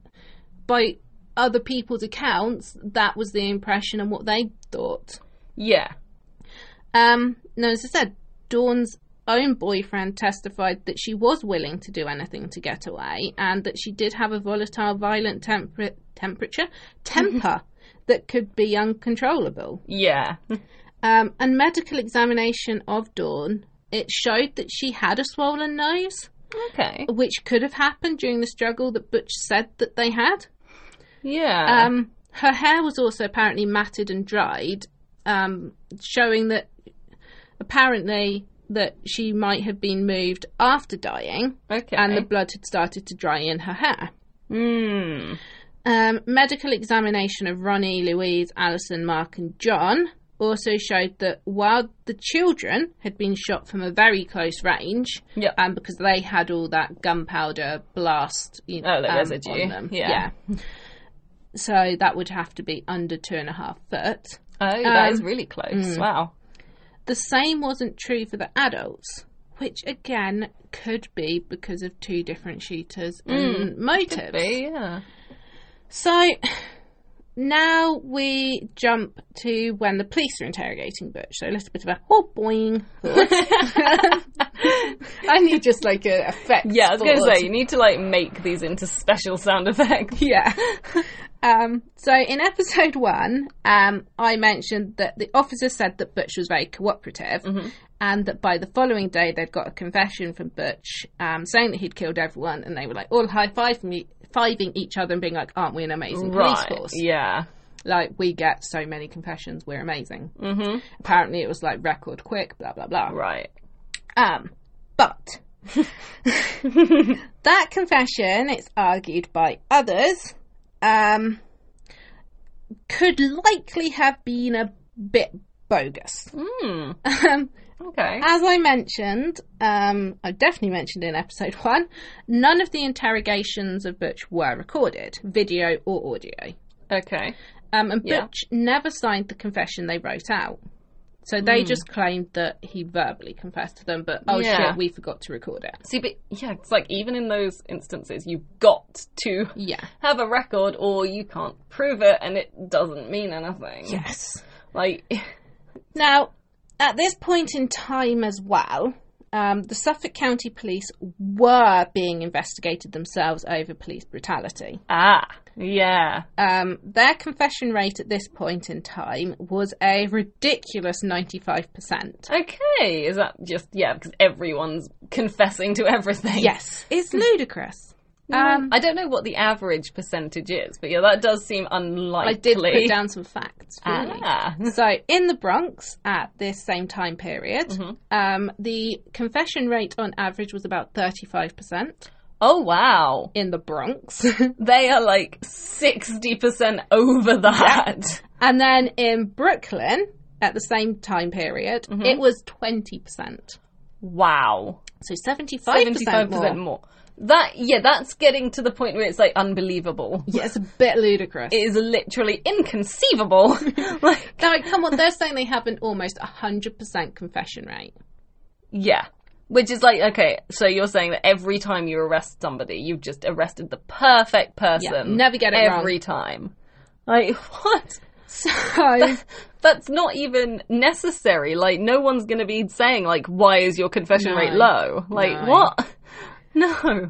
by other people's accounts, that was the impression and what they thought.
yeah.
Um, no, as I said, Dawn's own boyfriend testified that she was willing to do anything to get away and that she did have a volatile, violent temper- temperature, temper that could be uncontrollable.
Yeah,
Um, and medical examination of Dawn, it showed that she had a swollen nose,
okay,
which could have happened during the struggle that Butch said that they had.
yeah,
Um, her hair was also apparently matted and dried, um, showing that apparently that she might have been moved after dying,
okay,
and the blood had started to dry in her hair.
mm,
Um, medical examination of Ronnie, Louise, Alison, Mark, and John also showed that while the children had been shot from a very close range,
Yep.
um, because they had all that gunpowder blast, you know,
Oh, the
um,
residue.
on them.
Yeah.
yeah. So that would have to be under two and a half foot.
oh, that
um,
is really close. Wow,
The same wasn't true for the adults, which again could be because of
Mm,
two different shooters and motives.
yeah,
So now we jump to when the police are interrogating Butch. So a little bit of a oh boing. I need just like a effect.
Yeah, I was going to
board.
say you need to like make these into special sound effects.
Yeah. Um, so in episode one, um, I mentioned that the officer said that Butch was very cooperative, and that by the following day they'd got a confession from Butch um, saying that he'd killed everyone, and they were like all high fiving each other and being like, "Aren't we an amazing police
Right.
force?
Yeah.
Like we get so many confessions, we're amazing."
Mhm.
Apparently, it was like record quick, blah blah blah.
Right.
Um, but that confession, it's argued by others, um, could likely have been a bit bogus.
Hmm.
Um,
Okay.
as I mentioned, um, I definitely mentioned in episode one, none of the interrogations of Butch were recorded, video or audio.
Okay.
Um, and
Yeah.
Butch never signed the confession they wrote out. So they just claimed that he verbally confessed to them, but oh
Yeah.
shit, we forgot to record it.
See, but yeah, it's like even in those instances, you've got to
Yeah.
have a record, or you can't prove it, and it doesn't mean anything.
Yes.
Like,
Now, at this point in time as well, um, the Suffolk County Police were being investigated themselves over police brutality.
ah, yeah,
Um, their confession rate at this point in time was a ridiculous 95%.
okay. Is that just yeah? Because everyone's confessing to everything.
Yes, it's ludicrous. Um,
I don't know what the average percentage is, but yeah, that does seem unlikely.
I did put down some facts. for you.
Ah,
So, in the Bronx at this same time period, um, the confession rate on average was about 35%
oh wow.
in the Bronx.
They are like sixty percent over that.
And then in Brooklyn, at the same time period, it was 20%.
Wow.
So 75%, more.
more. That yeah, that's getting to the point where it's like unbelievable.
Yeah, it's a bit ludicrous.
It is literally inconceivable. like
now, like, come on, they're saying they have an almost 100% confession rate.
yeah. Which is like okay, so you're saying that every time you arrest somebody, you've just arrested the perfect person.
never get it wrong.
every time. Like what?
So,
That's not even necessary. Like no one's going to be saying like why is your confession
No.
rate low? Like
No.
what? No.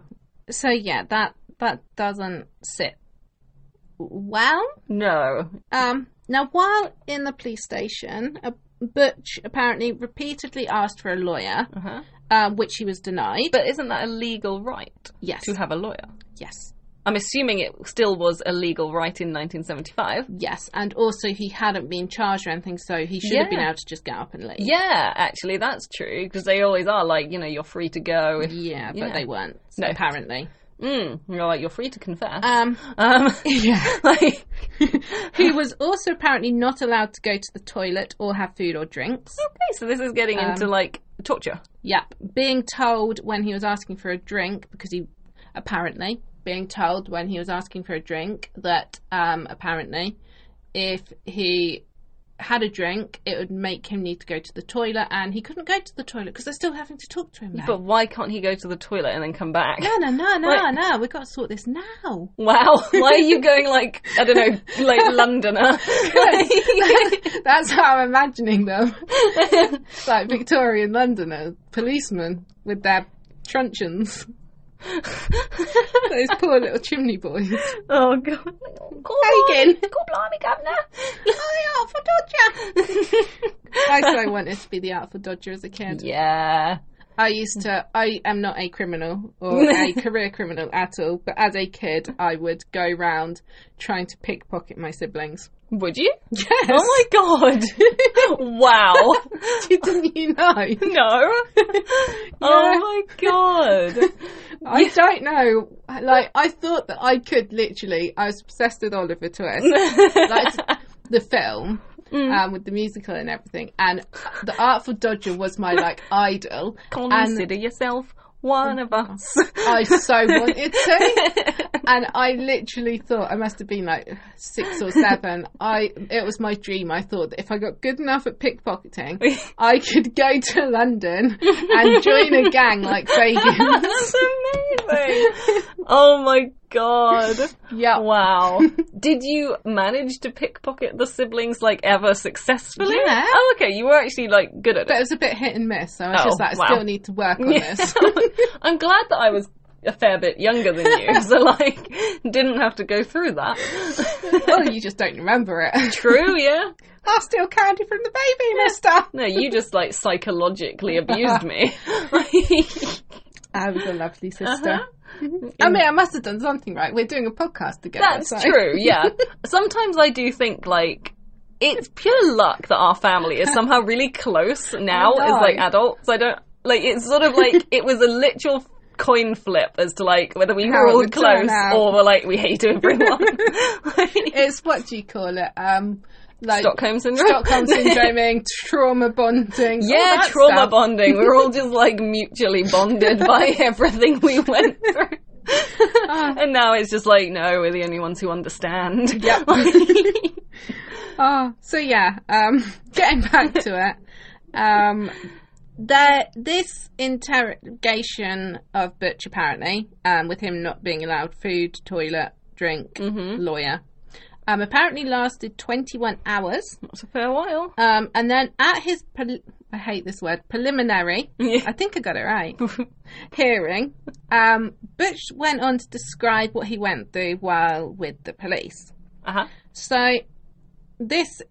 so yeah, that that doesn't sit well.
No.
Um, now, while in the police station, a Butch apparently repeatedly asked for a lawyer,
Uh-huh.
um, which he was denied.
But isn't that a legal right
yes,
to have a lawyer?
yes,
I'm assuming it still was a legal right in 1975.
Yes, and also he hadn't been charged or anything, so he should have been
Yeah.
able to just get up and leave.
Yeah, actually, that's true because they always are like, you know, you're free to go. If,
Yeah, but
Yeah.
they weren't,
No.
apparently.
mm, you're like, you're free to confess.
Mm-hmm. Um,
um,
yeah.
like, okay,
he was also apparently not allowed to go to the toilet or have food or drinks.
so this is
Um,
getting into like torture.
Yep. Being told when he was asking for a drink, because he apparently, being told when he was asking for a drink that um, apparently if he had a drink, it would make him need to go to the toilet, and he couldn't go to the toilet because they're still having to talk to him now.
But why can't he go to the toilet and then come back?
No, no, no, no,
Like-
no. We've got to sort this now.
Wow, why are you going like, I don't know, like Londoner?
That's how I'm imagining them. like Victorian Londoners, policemen with their truncheons. Those poor little chimney boys.
oh, God. Call
Hagen.
blimey- Call blimey, governor.
Oh, Artful Dodger! I so wanted to be the Artful Dodger as a kid.
yeah.
I used to, I am not a criminal or a career criminal at all, but as a kid, I would go round trying to pickpocket my siblings.
Would you?
Yes!
Oh my god! wow.
Didn't you know?
No. Oh my god.
I don't know. Like, I thought that I could literally. I was obsessed with Oliver Twist, like the film,
Mm.
um, with the musical and everything. And the Artful Dodger was my like idol.
Consider yourself one of us.
I so wanted to, and I literally thought I must have been like six or seven. I it was my dream. I thought that if I got good enough at pickpocketing, I could go to London and join a gang like Fagin.
That's amazing. Oh my god.
Yeah.
Wow. Did you manage to pickpocket the siblings like ever successfully?
Yeah.
Oh, okay. You were actually like good at
But it
it.
was a bit hit and miss, so I was
Oh,
just like, I
wow.
still need to work on
Yeah.
this.
I'm glad that I was a fair bit younger than you, so like didn't have to go through that.
well, Oh, you just don't remember it.
True, yeah.
I'll steal candy from the baby, mister.
No, you just like psychologically abused me.
I was a lovely sister.
Uh-huh.
I mean, I must have done something right. We're doing a podcast together.
That's
so-
true, yeah. Sometimes I do think like it's pure luck that our family is somehow really close now
I
as
know.
like adults. I don't like it's sort of like it was a literal coin flip as to like whether we
How
were
it
all
would turn
close
out.
or were like we hate everyone. like,
It's what do you call it? Um, like
Stockholm syndrome.
Stockholm syndroming, trauma bonding. all
Yeah,
that
trauma
stuff.
bonding. We're all just like mutually bonded by everything we went through. and now it's just like, no, we're the only ones who understand.
Yep. Oh, so yeah, um, getting back to it, um, there, this interrogation of Butch apparently, um, with him not being allowed food, toilet, drink,
Mm-hmm.
lawyer, um, apparently lasted 21 hours.
Not a fair while.
Um, and then at his, prel- I hate this word, preliminary,
Yeah.
I think I got it right, hearing, um, Butch went on to describe what he went through while with the police.
Uh-huh.
So, this,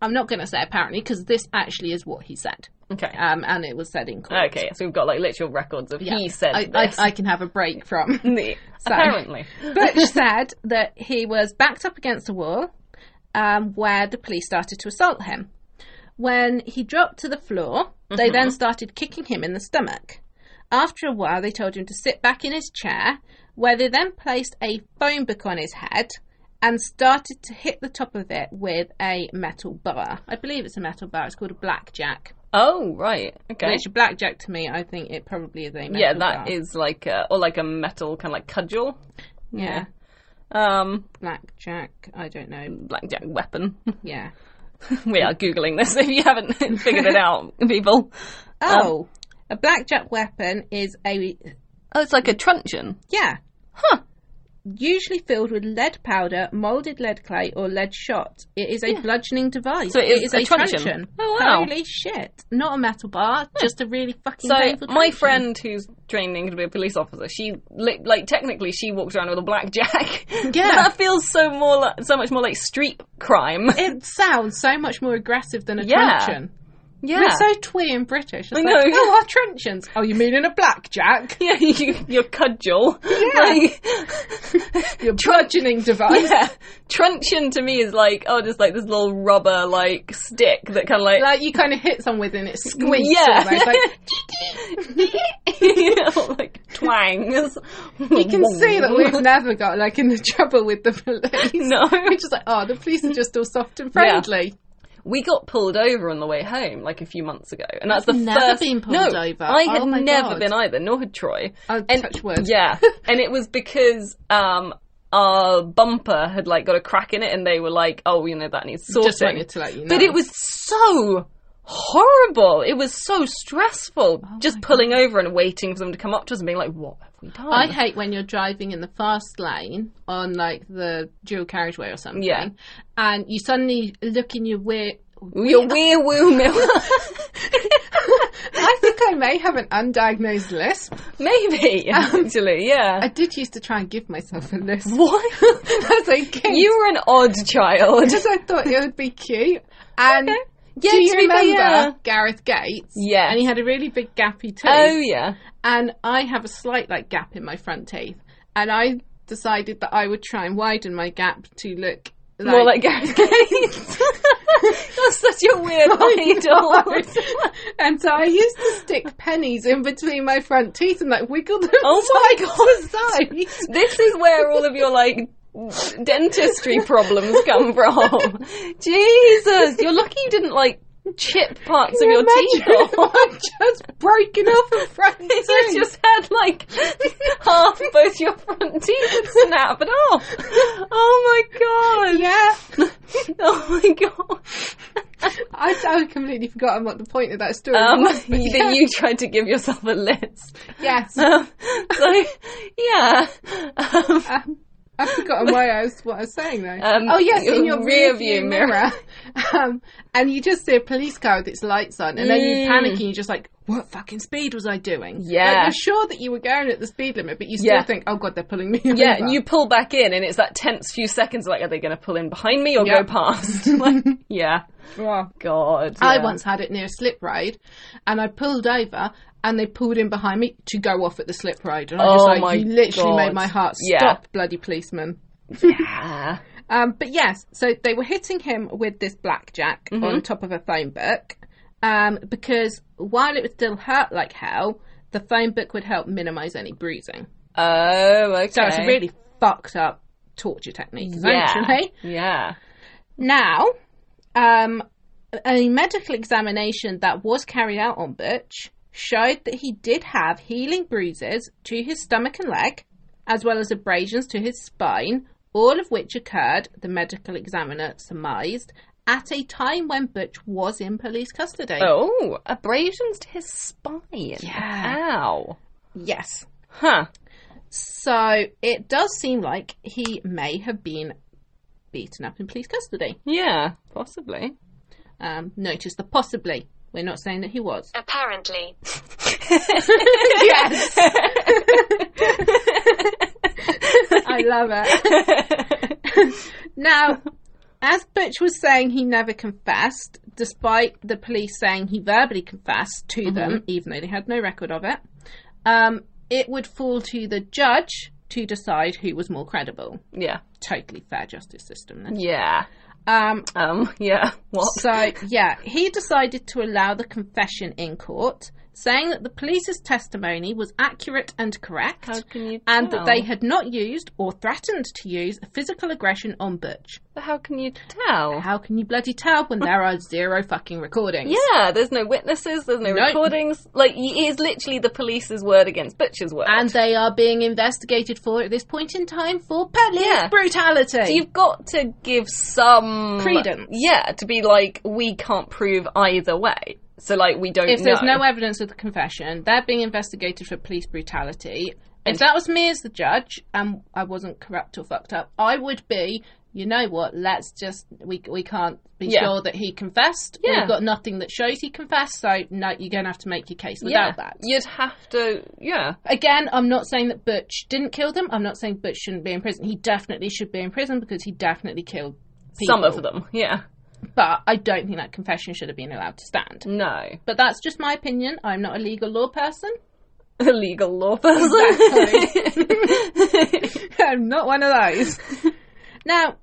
I'm not going to say apparently because this actually is what he said,
Okay.
um, and it was said in court.
Okay, so we've got like literal records of
Yeah.
he said
I, I,
this.
I can have a break from. So-
Apparently.
Butch said that he was backed up against a wall um, where the police started to assault him. When he dropped to the floor, they
Mm-hmm.
then started kicking him in the stomach. After a while, they told him to sit back in his chair, where they then placed a phone book on his head and started to hit the top of it with a metal bar. I believe it's a metal bar. It's called a blackjack.
Oh, right. Okay.
Which blackjack to me, I think it probably is a metal
yeah, that
bar.
is like a, or like a metal kind of like cudgel.
yeah,
Um,
blackjack. I don't know.
blackjack weapon.
Yeah.
we are googling this if you haven't figured it out, people.
Oh, a blackjack weapon is a
Oh, it's like a truncheon.
yeah, huh? Usually filled with lead powder, molded lead clay, or lead shot. It is a bludgeoning device.
So it is
is
a truncheon. Oh, wow. Hmm.
Holy shit! Not a metal bar, just a really fucking.
So
painful
my
truncheon.
friend who's training to be a police officer, she li- like technically she walks around with a blackjack.
Yeah.
that feels so more like, so much more like street crime.
It sounds so much more aggressive than a
Yeah.
truncheon.
Yeah,
It's so twee and British. It's
I
like,
know, yeah.
Oh, our truncheons. Oh, you mean in a blackjack?
yeah, you, your cudgel. Yeah.
Your bludgeoning device.
yeah, truncheon to me is like oh, just like this little rubber like stick that kind of like,
Like you kind of hit someone with and it squeaks
Yeah.
almost. Like,
you know, like twangs.
You can see that we've never got like in the trouble with the police.
No.
We're just like, oh, the police are just all soft and friendly.
we got pulled over on the way home like a few months ago, and that's the
never
first.
been pulled
no,
over.
I had
Oh my
never
God.
been either, nor had Troy.
Oh,
and,
touch wood.
Yeah, and it was because um our bumper had like got a crack in it, and they were like, "Oh, you know that needs sorting."
Just wanted to let you know.
But it was so horrible. It was so stressful.
Oh
just pulling over and waiting for them to come up to us and being like, "What have we done?"
I hate when you're driving in the fast lane on like the dual carriageway or something,
Yeah.
and you suddenly look in your way.
Your wee woo mill.
I think I may have an undiagnosed lisp.
Maybe actually, yeah.
Um, I did used to try and give myself a lisp
what?
as a kid
You were an odd child.
because I thought it would be cute. And
Okay. Yeah,
do you
to be fair,
remember
yeah.
Gareth Gates?
Yes.
and he had a really big gappy tooth.
Oh yeah.
and I have a slight like gap in my front teeth, and I decided that I would try and widen my gap to look like,
More like Gareth Gates. That's such a weird
Oh
idol.
and so I used to stick pennies in between my front teeth and like wiggle them
Oh my
side to side.
This is where all of your like dentistry problems come from. Jesus, you're lucky you didn't like chip parts of
Can you
your teeth
imagine if
off.
I'd just broken off a front tooth.
You just had like half both your front teeth snapped off. Oh my god.
yeah.
Oh my god.
I, I completely forgotten what the point of that story
Um,
was. but yeah.
That you tried to give yourself a list.
yes,
Um, so, yeah. Um,
um, I've forgotten why I was what I was saying though.
Um,
oh yes, in your
your
rear
rear
view
view
mirror, um, and you just see a police car with its lights on, and then you
Mm.
panic and you're just like, "What fucking speed was I doing?" like,
Yeah.
you're sure that you were going at the speed limit, but you still
Yeah.
think, "Oh god, they're pulling me."
yeah,
over."
and you pull back in, and it's that tense few seconds like, are they going to pull in behind me or
Yeah.
go past? like, yeah. God.
I
yeah.
once had it near a slip ride, and I pulled over, and they pulled in behind me to go off at the slip ride, and I was
Oh
like,
my
"You literally
God.
made my heart
Yeah.
stop, bloody policeman."
Yeah.
Um, but yes, so they were hitting him with this blackjack
Mm-hmm.
on top of a phone book um, because while it would still hurt like hell, the phone book would help minimise any bruising.
Oh, okay.
So it's a really fucked up torture technique,
yeah.
essentially.
yeah.
Now, um, a medical examination that was carried out on Butch showed that he did have healing bruises to his stomach and leg, as well as abrasions to his spine, all of which occurred, the medical examiner surmised, at a time when Butch was in police custody.
Oh, abrasions to his spine.
Yeah.
Ow.
Yes.
Huh.
So it does seem like he may have been beaten up in police custody.
Yeah, possibly.
Um, notice the possibly. We're not saying that he was.
Apparently.
yes. I love it. now, as Butch was saying, he never confessed, despite the police saying he verbally confessed to
Mm-hmm.
them, even though they had no record of it. Um, it would fall to the judge to decide who was more credible.
Yeah.
Totally fair justice system. Then.
Yeah.
Um,
Um, yeah. What?
so, yeah, he decided to allow the confession in court, saying that the police's testimony was accurate and correct,
How can you
and that
tell?
they had not used or threatened to use physical aggression on Butch.
But how can you tell?
How can you bloody tell when there are zero fucking recordings?
Yeah, there's no witnesses, there's no,
No.
recordings. Like, y- it is literally the police's word against Butcher's word.
And they are being investigated for at this point in time for police
Yeah.
brutality.
So you've got to give some
Credence.
Yeah, to be like, we can't prove either way. So, like, we don't
if
know.
there's no evidence of the confession, they're being investigated for police brutality. If that was me as the judge and I wasn't corrupt or fucked up, I would be. You know what? Let's just we we can't be
Yeah.
sure that he confessed.
Yeah.
We've got nothing that shows he confessed, so no, you're going to have to make your case
yeah,
without that.
You'd have to, yeah.
Again, I'm not saying that Butch didn't kill them. I'm not saying Butch shouldn't be in prison. He definitely should be in prison because he definitely killed people.
Some of them, yeah.
But I don't think that confession should have been allowed to stand.
No.
But that's just my opinion. I'm not a legal law person.
A legal law person.
I'm not one of those. Now,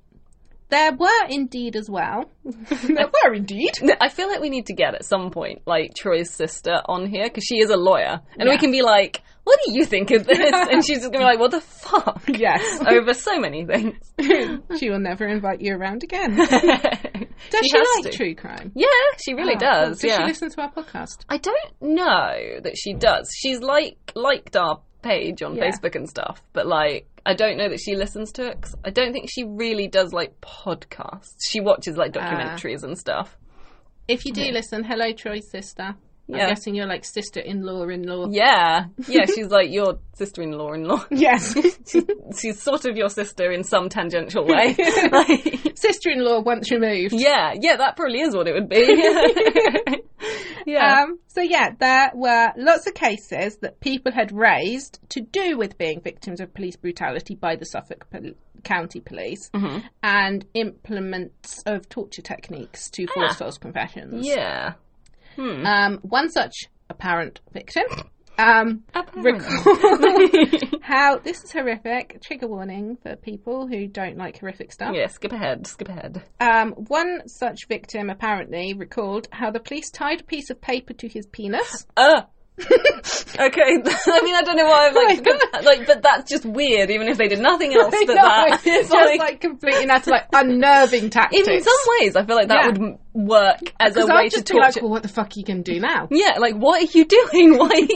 there were indeed as well. there were indeed.
I feel like we need to get at some point, like, Troy's sister on here, because she is a lawyer. And we
Yeah.
can be like, what do you think of this? and she's just going to be like, what the fuck?
Yes.
Over so many things.
she will never invite you around again.
Does she,
Does she,
has
like
to.
true crime?
Yeah, she really
Oh,
does.
Does
yeah.
she listen to our podcast?
I don't know that she does. She's like liked our page on
Yeah.
Facebook and stuff, but like I don't know that she listens to it. 'cause I don't think she really does like podcasts. She watches like
Uh.
documentaries and stuff.
If you do listen, hello, Troy's sister. I'm
Yeah.
guessing you're like sister in law in law.
Yeah, yeah. she's like your sister-in-law. In law,
Yes.
she's sort of your sister in some tangential way. Like,
sister in law once removed.
yeah, yeah. That probably is what it would be. yeah.
Um, so yeah, there were lots of cases that people had raised to do with being victims of police brutality by the Suffolk Pol- County Police and implements of torture techniques to force false confessions.
yeah.
Um, one such apparent victim um,
Apparently.
recalled how this is horrific. Trigger warning for people who don't like horrific stuff.
yeah. Skip ahead. Skip ahead.
Um, one such victim apparently recalled how the police tied a piece of paper to his penis.
Uh. okay. I mean, I don't know why I'm like, like, but that's just weird. Even if they did nothing else,
Oh I
but
know,
that,
it's
like,
just like completely and utter like unnerving tactics.
in some ways, I feel like
Yeah.
that would would work as a
because
way
I'd
to
just be like,
torture.
well, what the fuck are you going to do now?
yeah, like, what are you doing? Why?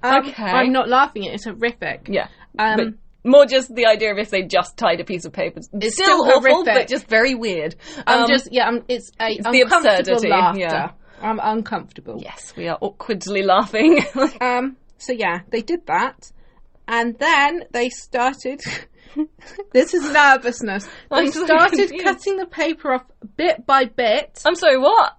Um,
Okay.
I'm not laughing. It's horrific.
yeah.
Um,
But- More just the idea of if they just tied a piece of paper.
It's
still,
still
awful,
horrific.
but just very weird.
I'm
Um,
just yeah. I'm, it's a
the
uncomfortable
absurdity,
laughter.
yeah.
I'm uncomfortable.
yes, we are awkwardly laughing.
Um. So yeah, they did that, and then they started. this is nervousness. They
I'm so
started
confused. Uh,
cutting the paper off bit by bit.
I'm sorry, what?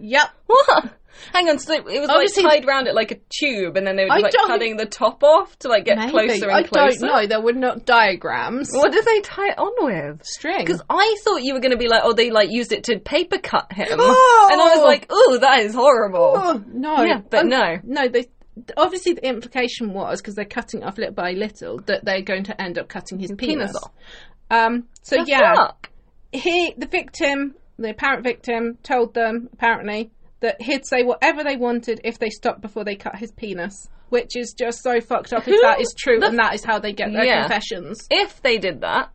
Yep.
What? Hang on, so it was
Obviously-
like tied round it like a tube, and then they were
I
just, like
don't-
cutting the top off to like get
Maybe.
closer and
I
closer.
don't know. There were not diagrams.
What did they tie it on with?
string?
Because I thought you were going to be like, oh, they like used it to paper cut him,
Oh!
and I was like, oh, that is horrible.
Oh, no.
Yeah, but
Um,
no.
No, they obviously the implication was because they're cutting off little by little that they're going to end up cutting his penis,
Penis off.
Um so
The
yeah,
fuck?
he the victim, the apparent victim told them apparently that he'd say whatever they wanted if they stopped before they cut his penis, which is just so fucked up if
Who
that is true
the
and that is how they get their
Yeah.
confessions.
If they did that,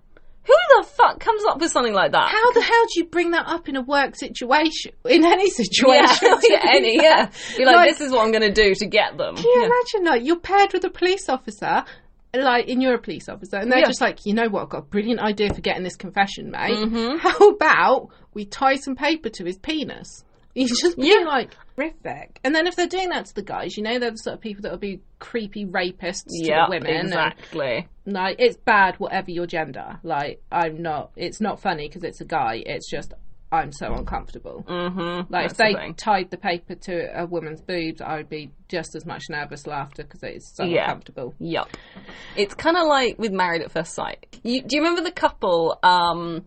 who the fuck comes up with something like that?
How the hell do you bring that up in a work situation? In any
yeah,
situation?
yeah, any, yeah. Be like,
Like-
this is what I'm going to do to get them.
Can you
Yeah.
imagine that? You're paired with a police officer, like, and you're a police officer, and they're
Yeah.
just like, you know what, I've got a brilliant idea for getting this confession, mate.
Mm-hmm.
How about we tie some paper to his penis? You just be
Yeah.
like, horrific. And then if they're doing that to the guys, you know, they're the sort of people that will be creepy rapists to
Yeah,
the women. and,
exactly.
like, it's bad, whatever your gender. Like, I'm not, it's not funny because it's a guy, it's just, I'm so uncomfortable.
hmm
Like if
That's the
they
thing.
tied the paper to a woman's boobs, I would be just as much nervous laughter because it's so
Yeah.
uncomfortable.
Yup. It's kind of like with Married at First Sight. You, do you remember the couple? Um,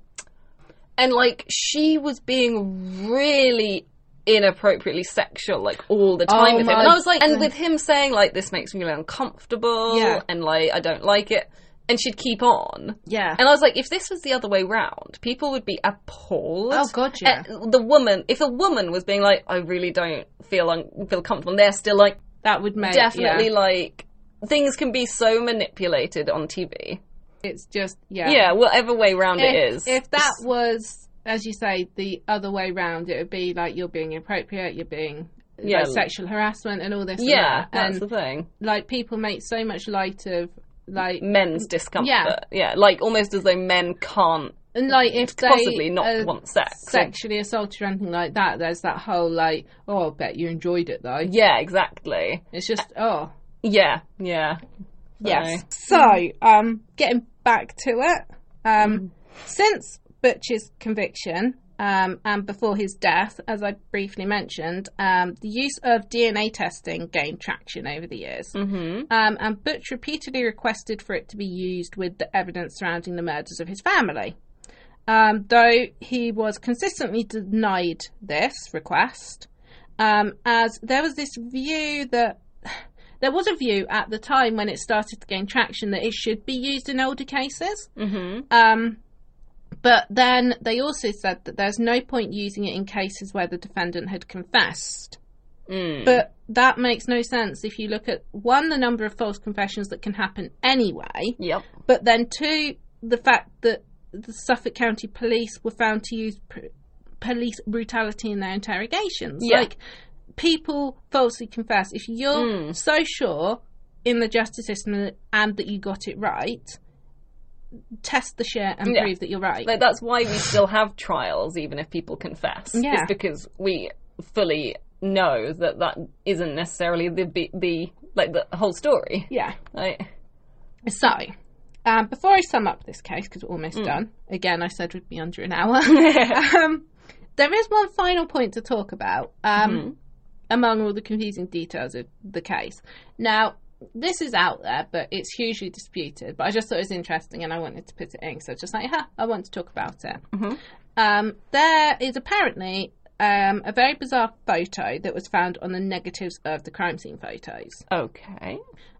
and like she was being really inappropriately sexual, like all the time
Oh
with him.
my
And I was like, and
goodness.
with him saying like this makes me really uncomfortable,
Yeah.
and like I don't like it, and she'd keep on.
Yeah.
And I was like, if this was the other way round, people would be appalled.
Oh, God, yeah.
And the woman, if a woman was being like, I really don't feel un- feel comfortable, and they're still like,
that would make
definitely
yeah.
like things can be so manipulated on TV.
it's just yeah.
Yeah, whatever way round it
If,
is.
if that was as you say the other way round, it would be like you're being inappropriate, you're being
Yeah.
like, sexual harassment and all this. and
yeah,
that. and,
that's the thing.
like people make so much light of like
Men's discomfort. Yeah.
Yeah.
like almost as though men can't
and like if they
possibly not
are
want sex.
sexually assaulted or anything like that, there's that whole like oh, I bet you enjoyed it though.
Yeah, exactly.
It's just oh.
Yeah, yeah.
Yes. So, um, getting back to it, um, since Butch's conviction um, and before his death, as I briefly mentioned, um, the use of DNA testing gained traction over the years.
Mm-hmm.
Um, and Butch repeatedly requested for it to be used with the evidence surrounding the murders of his family. Um, though he was consistently denied this request, um, as there was this view that there was a view at the time when it started to gain traction that it should be used in older cases.
Mm-hmm.
Um, but then they also said that there's no point using it in cases where the defendant had confessed.
Mm.
But that makes no sense if you look at one, the number of false confessions that can happen anyway,
Yep.
but then two, the fact that the Suffolk County police were found to use pr- police brutality in their interrogations.
Yeah.
Like, people falsely confess. If you're
Mm.
so sure in the justice system and that you got it right, test the shit and
Yeah.
prove that you're right.
Like that's why we still have trials, even if people confess.
Yeah.
It's because we fully know that that isn't necessarily the be- the like the whole story.
yeah.
Like,
So, um, before I sum up this case, because we're almost done, again, I said we'd be under an hour. um, there is one final point to talk about um, among all the confusing details of the case. Now, this is out there, but it's hugely disputed. But I just thought it was interesting and I wanted to put it in. So, I was just like, huh, I want to talk about it. Um, there is apparently um, a very bizarre photo that was found on the negatives of the crime scene photos.
okay.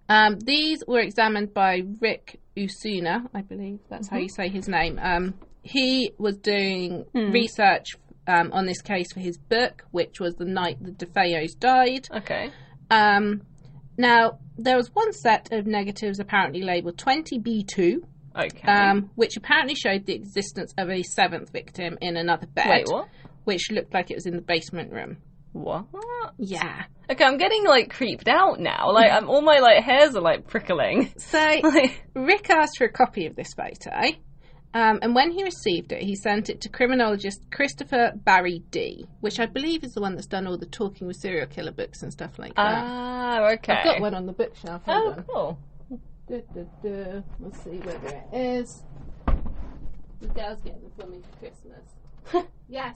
Um, these were examined by Rick Usuna, I believe that's how you
Mm-hmm.
say his name. Um, he was doing
Mm.
research um, on this case for his book, which was the night the DeFeos died.
Okay.
Um, now there was one set of negatives apparently labeled 20B2,
Okay.
um, which apparently showed the existence of a seventh victim in another bed,
Wait, what?
which looked like it was in the basement room.
what?
Yeah.
Okay, I'm getting like creeped out now. Like, I'm all my like hairs are like prickling.
So
Like,
Rick asked for a copy of this photo, um, and when he received it, he sent it to criminologist Christopher Barry D, which I believe is the one that's done all the talking with serial killer books and stuff like that.
ah, okay.
Uh, I've got one on the bookshelf. Hold
Oh,
on.
cool.
Duh, duh, duh. We'll see whether it is. The girl's getting it for me for Christmas. yes.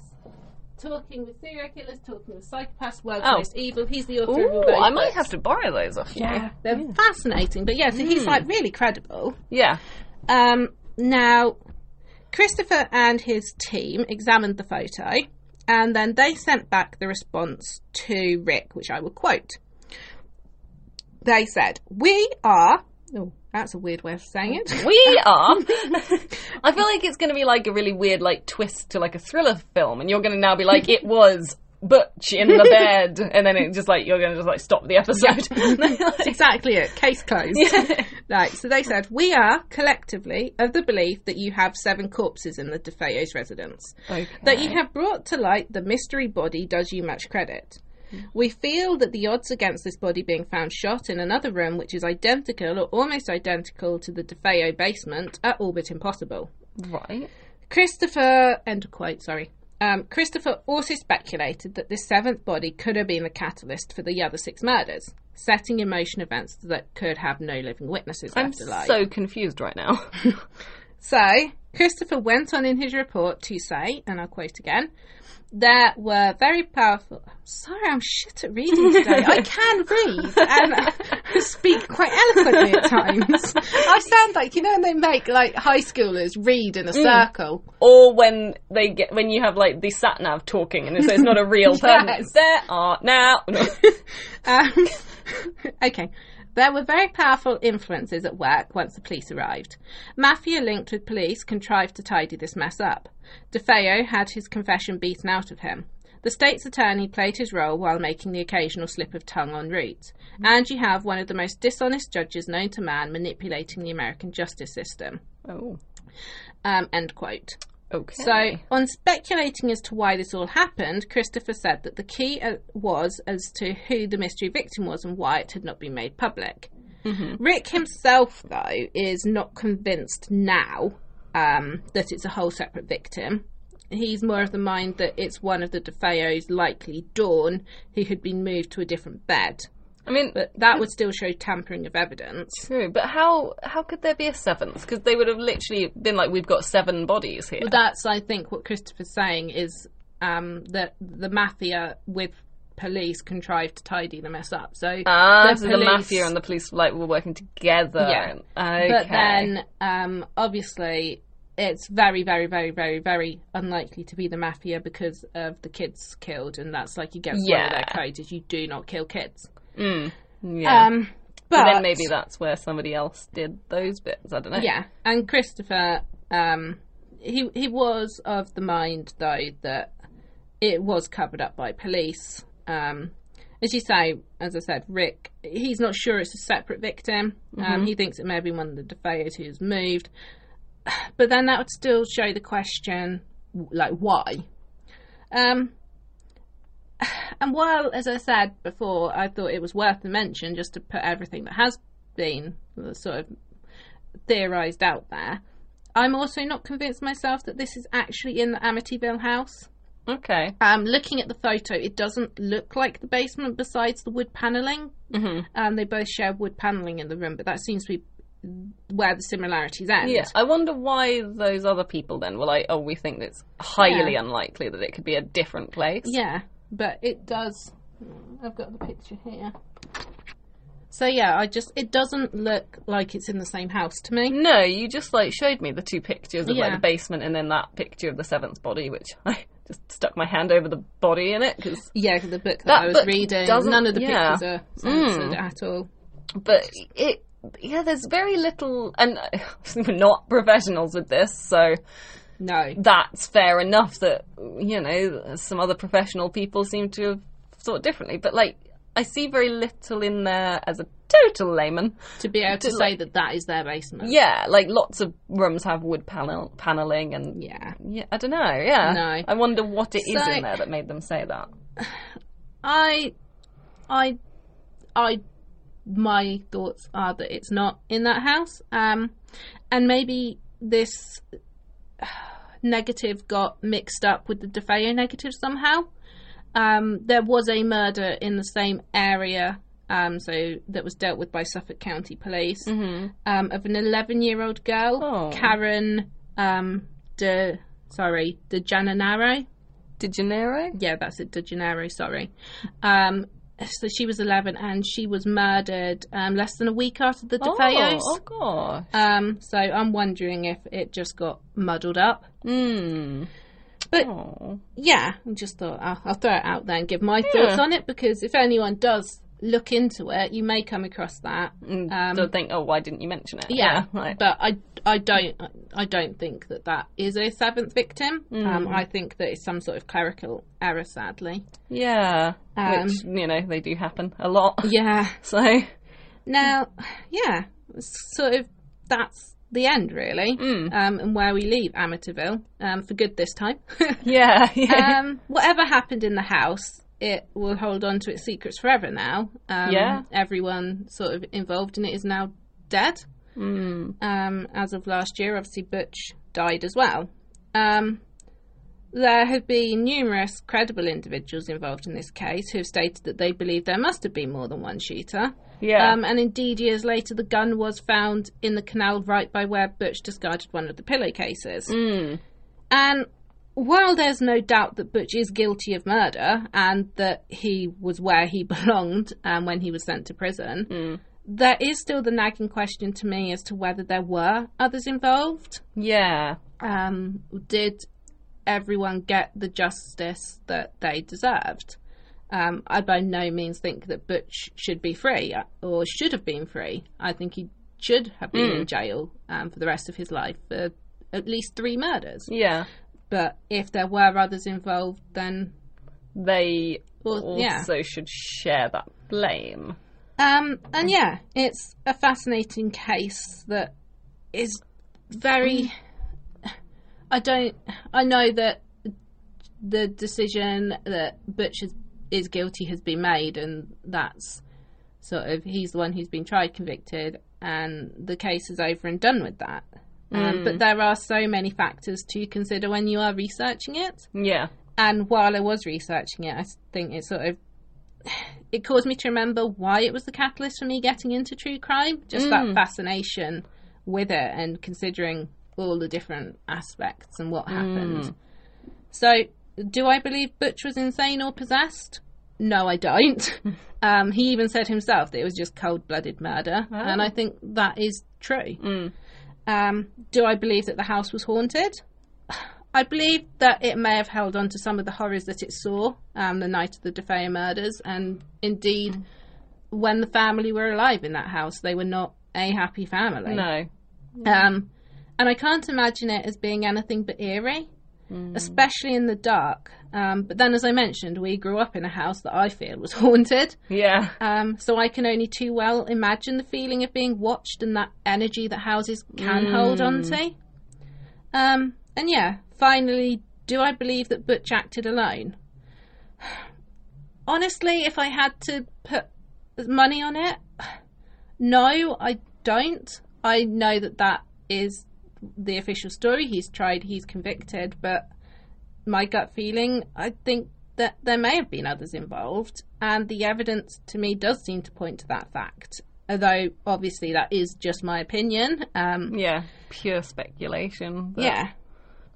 Talking with serial killers, talking with psychopaths, world's
Oh.
most evil. He's the author of all
Ooh,
those
I might
books.
have to borrow those off you.
Yeah, they're fascinating. But yeah, so
Hmm.
he's like really credible.
Yeah.
Um, now, Christopher and his team examined the photo and then they sent back the response to Rick, which I will quote. They said, We are. Oh, that's a weird way of saying it.
We are. I feel like it's going to be like a really weird like twist to like a thriller film, and you're going to now be like, it was Butch in the bed, and then it just like you're going to just like stop the episode. Like-
exactly it. Case closed. Right, so they said, We are collectively of the belief that you have seven corpses in the DeFeo's residence. That you have brought to light the mystery body does you much credit.
Hmm.
We feel that the odds against this body being found shot in another room which is identical or almost identical to the DeFeo basement are all but impossible.
right.
Christopher, end of quote, sorry. Um, Christopher also speculated that this seventh body could have been the catalyst for the other six murders, setting in motion events that could have no living witnesses
I'm
left alive.
so confused right now.
So, Christopher went on in his report to say, and I'll quote again, there were very powerful. Sorry, I'm shit at reading today. I can read and uh, speak quite eloquently at times. I sound like, you know, when they make like high schoolers read in a circle.
or when they get when you have like the sat nav talking, and so it's not a real person.
Yes.
There are now.
Um, okay. There were very powerful influences at work once the police arrived. Mafia linked with police contrived to tidy this mess up. DeFeo had his confession beaten out of him. The state's attorney played his role while making the occasional slip of tongue en route. And you have one of the most dishonest judges known to man manipulating the American justice system.
oh,
Um, end quote.
okay.
So, on speculating as to why this all happened, Christopher said that the key uh, was as to who the mystery victim was and why it had not been made public. Rick himself, though, is not convinced now um, that it's a whole separate victim. He's more of the mind that it's one of the DeFeos, likely Dawn, who had been moved to a different bed.
I mean,
But that would still show tampering of evidence.
true. But how how could there be a seventh? Because they would have literally been like, we've got seven bodies here.
But that's, I think, what Christopher's saying is um, that the mafia with police contrived to tidy the mess up. So,
Ah,
the
so the
police-
mafia and the police like were working together.
Yeah.
Okay.
but then um, obviously it's very, very, very, very, very unlikely to be the mafia because of the kids killed, and that's like against one of their
Yeah.
codes is you do not kill kids.
yeah.
Um,
So
but
then maybe that's where somebody else did those bits. I don't know.
Yeah, and Christopher, um, he he was of the mind though that it was covered up by police. Um, as you say, as I said, Rick, he's not sure it's a separate victim. Um, he thinks it may have been one of the defenders who's moved, but then that would still show the question, w- like why. Um, and while, as I said before, I thought it was worth the mention just to put everything that has been sort of theorised out there. I'm also not convinced myself that this is actually in the Amityville house.
Okay.
Um, looking at the photo, it doesn't look like the basement besides the wood panelling.
Mm-hmm.
mm Um, they both share wood panelling in the room, but that seems to be where the similarities end.
Yeah. I wonder why those other people then were like, oh, we think it's highly
Yeah.
unlikely that it could be a different place.
Yeah, but it does. I've got the picture here. So yeah, I just it doesn't look like it's in the same house to me.
No, you just like showed me the two pictures of like
Yeah.
the basement and then that picture of the seventh body, which I just stuck my hand over the body in it because
Yeah, 'cause the book that,
That
I was
book
reading,
doesn't-
none of the
yeah. Mm.
pictures are censored at all.
but it yeah there's very little and uh, we're not professionals with this so
No.
that's fair enough that you know some other professional people seem to have thought differently but like i see very little in there as a total layman
to be able to
To,
say that that is their basement.
yeah like lots of rooms have wood panel paneling and yeah,
Yeah.
i don't know yeah
No.
i wonder what it is
So-
in there that made them say that
I, I, I, my thoughts are that it's not in that house. Um, and maybe this negative got mixed up with the DeFeo negative somehow. Um, there was a murder in the same area, um, so that was dealt with by Suffolk County Police um, of an 11 year old girl,
Oh.
Karen um, de sorry de Jananaro.
De Janeiro?
Yeah, that's it, de Janeiro. Sorry. Um, so she was 11 and she was murdered um, less than a week after the DeFeos.
Oh, oh gosh.
Um, so I'm wondering if it just got muddled up.
Mm.
Hmm. But-
oh.
yeah, I just thought I'll, I'll throw it out there and give my
Yeah.
thoughts on it because if anyone does look into it, you may come across that.
Mm,
Um,
don't think. Oh, why didn't you mention it?
Yeah,
right.
but I, I don't, I don't think that that is a seventh victim.
Mm.
Um, I think that it's some sort of clerical error, sadly.
yeah,
Um,
which you know they do happen a lot.
Yeah.
So
Now, yeah, it's sort of that's the end really, um, and where we leave Amityville um, for good this time.
yeah, yeah,
um, whatever happened in the house, it will hold on to its secrets forever now. Um,
Yeah.
Everyone sort of involved in it is now dead. Um, as of last year, obviously, Butch died as well. Um, there have been numerous credible individuals involved in this case who have stated that they believe there must have been more than one shooter.
yeah.
Um, and indeed, years later, the gun was found in the canal right by where Butch discarded one of the pillowcases. And while there's no doubt that Butch is guilty of murder and that he was where he belonged um, when he was sent to prison, there is still the nagging question to me as to whether there were others involved.
yeah.
Um, did everyone get the justice that they deserved? Um, I by no means think that Butch should be free uh, or should have been free. I think he should have been in jail um, for the rest of his life for at least three murders.
Yeah.
But if there were others involved, then
They
Well, yeah.
also should share that blame.
um, and yeah, it's a fascinating case that is very. I don't. I know that the decision that Butch is, is guilty has been made, and that's sort of he's the one who's been tried, convicted, and the case is over and done with that. Um, but there are so many factors to consider when you are researching it.
Yeah.
and while I was researching it, I think it sort of it caused me to remember why it was the catalyst for me getting into true crime. Just that fascination with it and considering all the different aspects and what happened. So, do I believe Butch was insane or possessed? No, I don't. um, he even said himself that it was just cold blooded murder, and I think that is true. Um, do I believe that the house was haunted? I believe that it may have held on to some of the horrors that it saw um, the night of the DeFeo murders, and indeed, when the family were alive in that house, they were not a happy family.
No.
Um, and I can't imagine it as being anything but eerie, especially in the dark. Um, but then, as I mentioned, we grew up in a house that I feel was haunted.
Yeah.
Um, so I can only too well imagine the feeling of being watched and that energy that houses can hold on to. Um, and yeah, finally, do I believe that Butch acted alone? Honestly, if I had to put money on it, no, I don't. I know that that is the official story. He's tried, he's convicted, but my gut feeling, I think that there may have been others involved, and the evidence to me does seem to point to that fact. Although, obviously, that is just my opinion. Um,
Yeah. Pure speculation. but
yeah,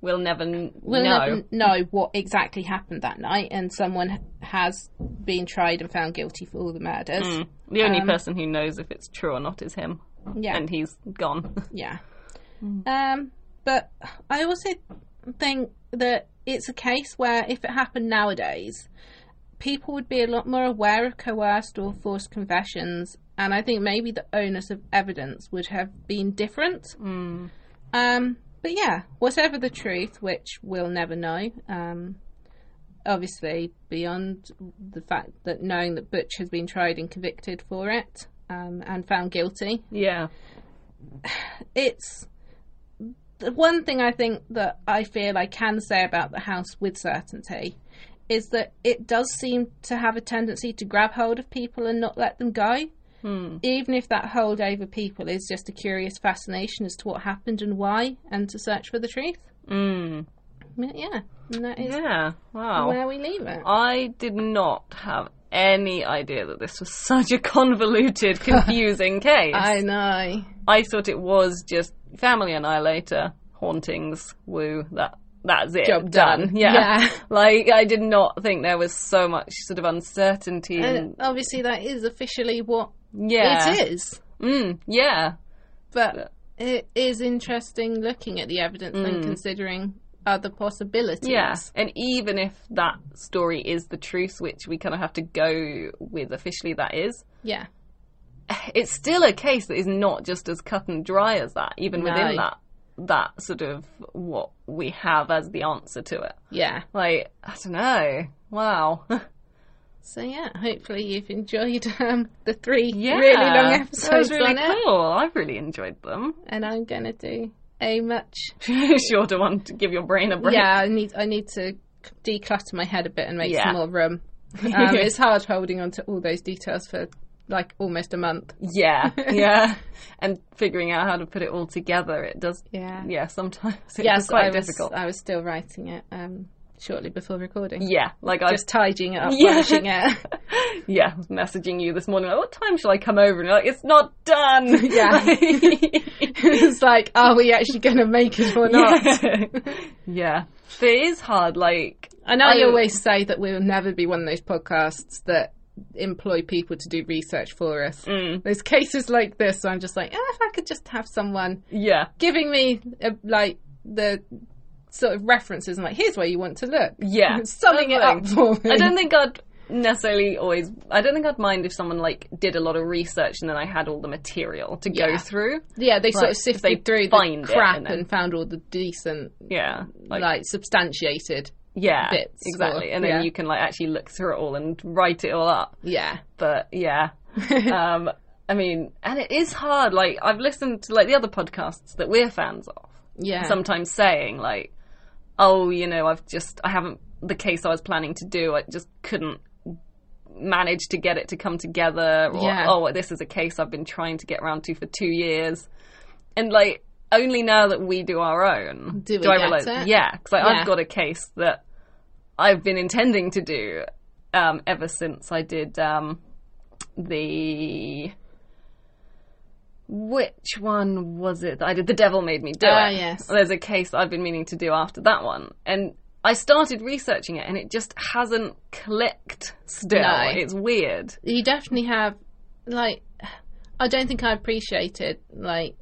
We'll never n-
we'll
know.
never know what exactly happened that night, and someone has been tried and found guilty for all the murders.
Mm. The
Um,
only person who knows if it's true or not is him.
Yeah.
And he's gone.
Yeah. Um, but I also think that it's a case where if it happened nowadays, people would be a lot more aware of coerced or forced confessions, and I think maybe the onus of evidence would have been different. Um, but yeah, whatever the truth, which we'll never know, um, obviously beyond the fact that knowing that Butch has been tried and convicted for it um, and found guilty,
yeah.
it's the one thing I think that I feel I can say about the house with certainty is that it does seem to have a tendency to grab hold of people and not let them go. Even if that hold over people is just a curious fascination as to what happened and why, and to search for the truth. Hmm.
Mm.
But yeah, and that is
Yeah. Wow.
where we leave it.
I did not have any idea that this was such a convoluted, confusing case.
I know.
I thought it was just family annihilator, hauntings, woo, that that's it.
Job done.
Yeah.
Yeah.
Like I did not think there was so much sort of uncertainty
And
and,
obviously, that is officially what
yeah.
Uh, it is.
Mm, yeah.
But it is interesting looking at the evidence and considering other possibilities.
Mm. Yeah. And even if that story is the truth, which we kind of have to go with officially that is,
Yeah.
it's still a case that is not just as cut and dry as that, even
No.
within that that sort of what we have as the answer to it.
Yeah.
Like, I don't know. Wow.
So yeah, hopefully you've enjoyed um, the three
Yeah.
really long
That
episodes
was really
on it,
cool. I really enjoyed them.
and I'm gonna do a much.
Shorter one to give your brain a break.
Yeah, I need I need to declutter my head a bit and make
Yeah.
some more room. Um, it's hard holding on to all those details for like almost a month.
Yeah. yeah. And figuring out how to put it all together, it does.
Yeah,
Yeah, sometimes it's
yes,
quite
I was,
difficult.
I was still writing it um, shortly before recording.
yeah, like I was,
Just tidying it up,
Yeah.
polishing it.
yeah, I was messaging you this morning. Like, what time shall I come over? And you're like, it's not done.
Yeah. it's like, are we actually going to make it or not?
yeah. yeah. But it is hard. Like,
I know I
I-
always say that we'll never be one of those podcasts that employ people to do research for us.
mm,
There's cases like this, where I'm just like, ah, if I could just have someone
yeah,
giving me uh like the sort of references and like, here's where you want to look,
yeah.
summing it up for me.
I don't think I'd necessarily always. I don't think I'd mind if someone like did a lot of research and then I had all the material to go
Yeah.
through.
yeah, they sort
like,
of
if
sifted
they
through the
find it
crap and,
and then-
found all the decent,
Yeah,
like,
like,
substantiated.
yeah,
bits
exactly.
or-
and then
yeah.
you can like actually look through it all and write it all up.
Yeah,
But yeah, um, I mean, and it is hard. Like I've listened to like the other podcasts that we're fans of.
yeah,
sometimes saying like, "Oh, you know, I've just I haven't the case I was planning to do. I just couldn't manage to get it to come together." Or,
Yeah.
"Oh, this is a case I've been trying to get round to for two years," and like only now that we do our own
Do we
I
get
realize.
it?
Yeah, because like,
Yeah.
I've got a case that I've been intending to do um, ever since I did um, the. Which one was it? that I did the devil made me do
Ah,
it.
yes.
There's a case I've been meaning to do after that one, and I started researching it, and it just hasn't clicked. Still,
No.
it's weird.
you definitely have like i don't think i appreciated like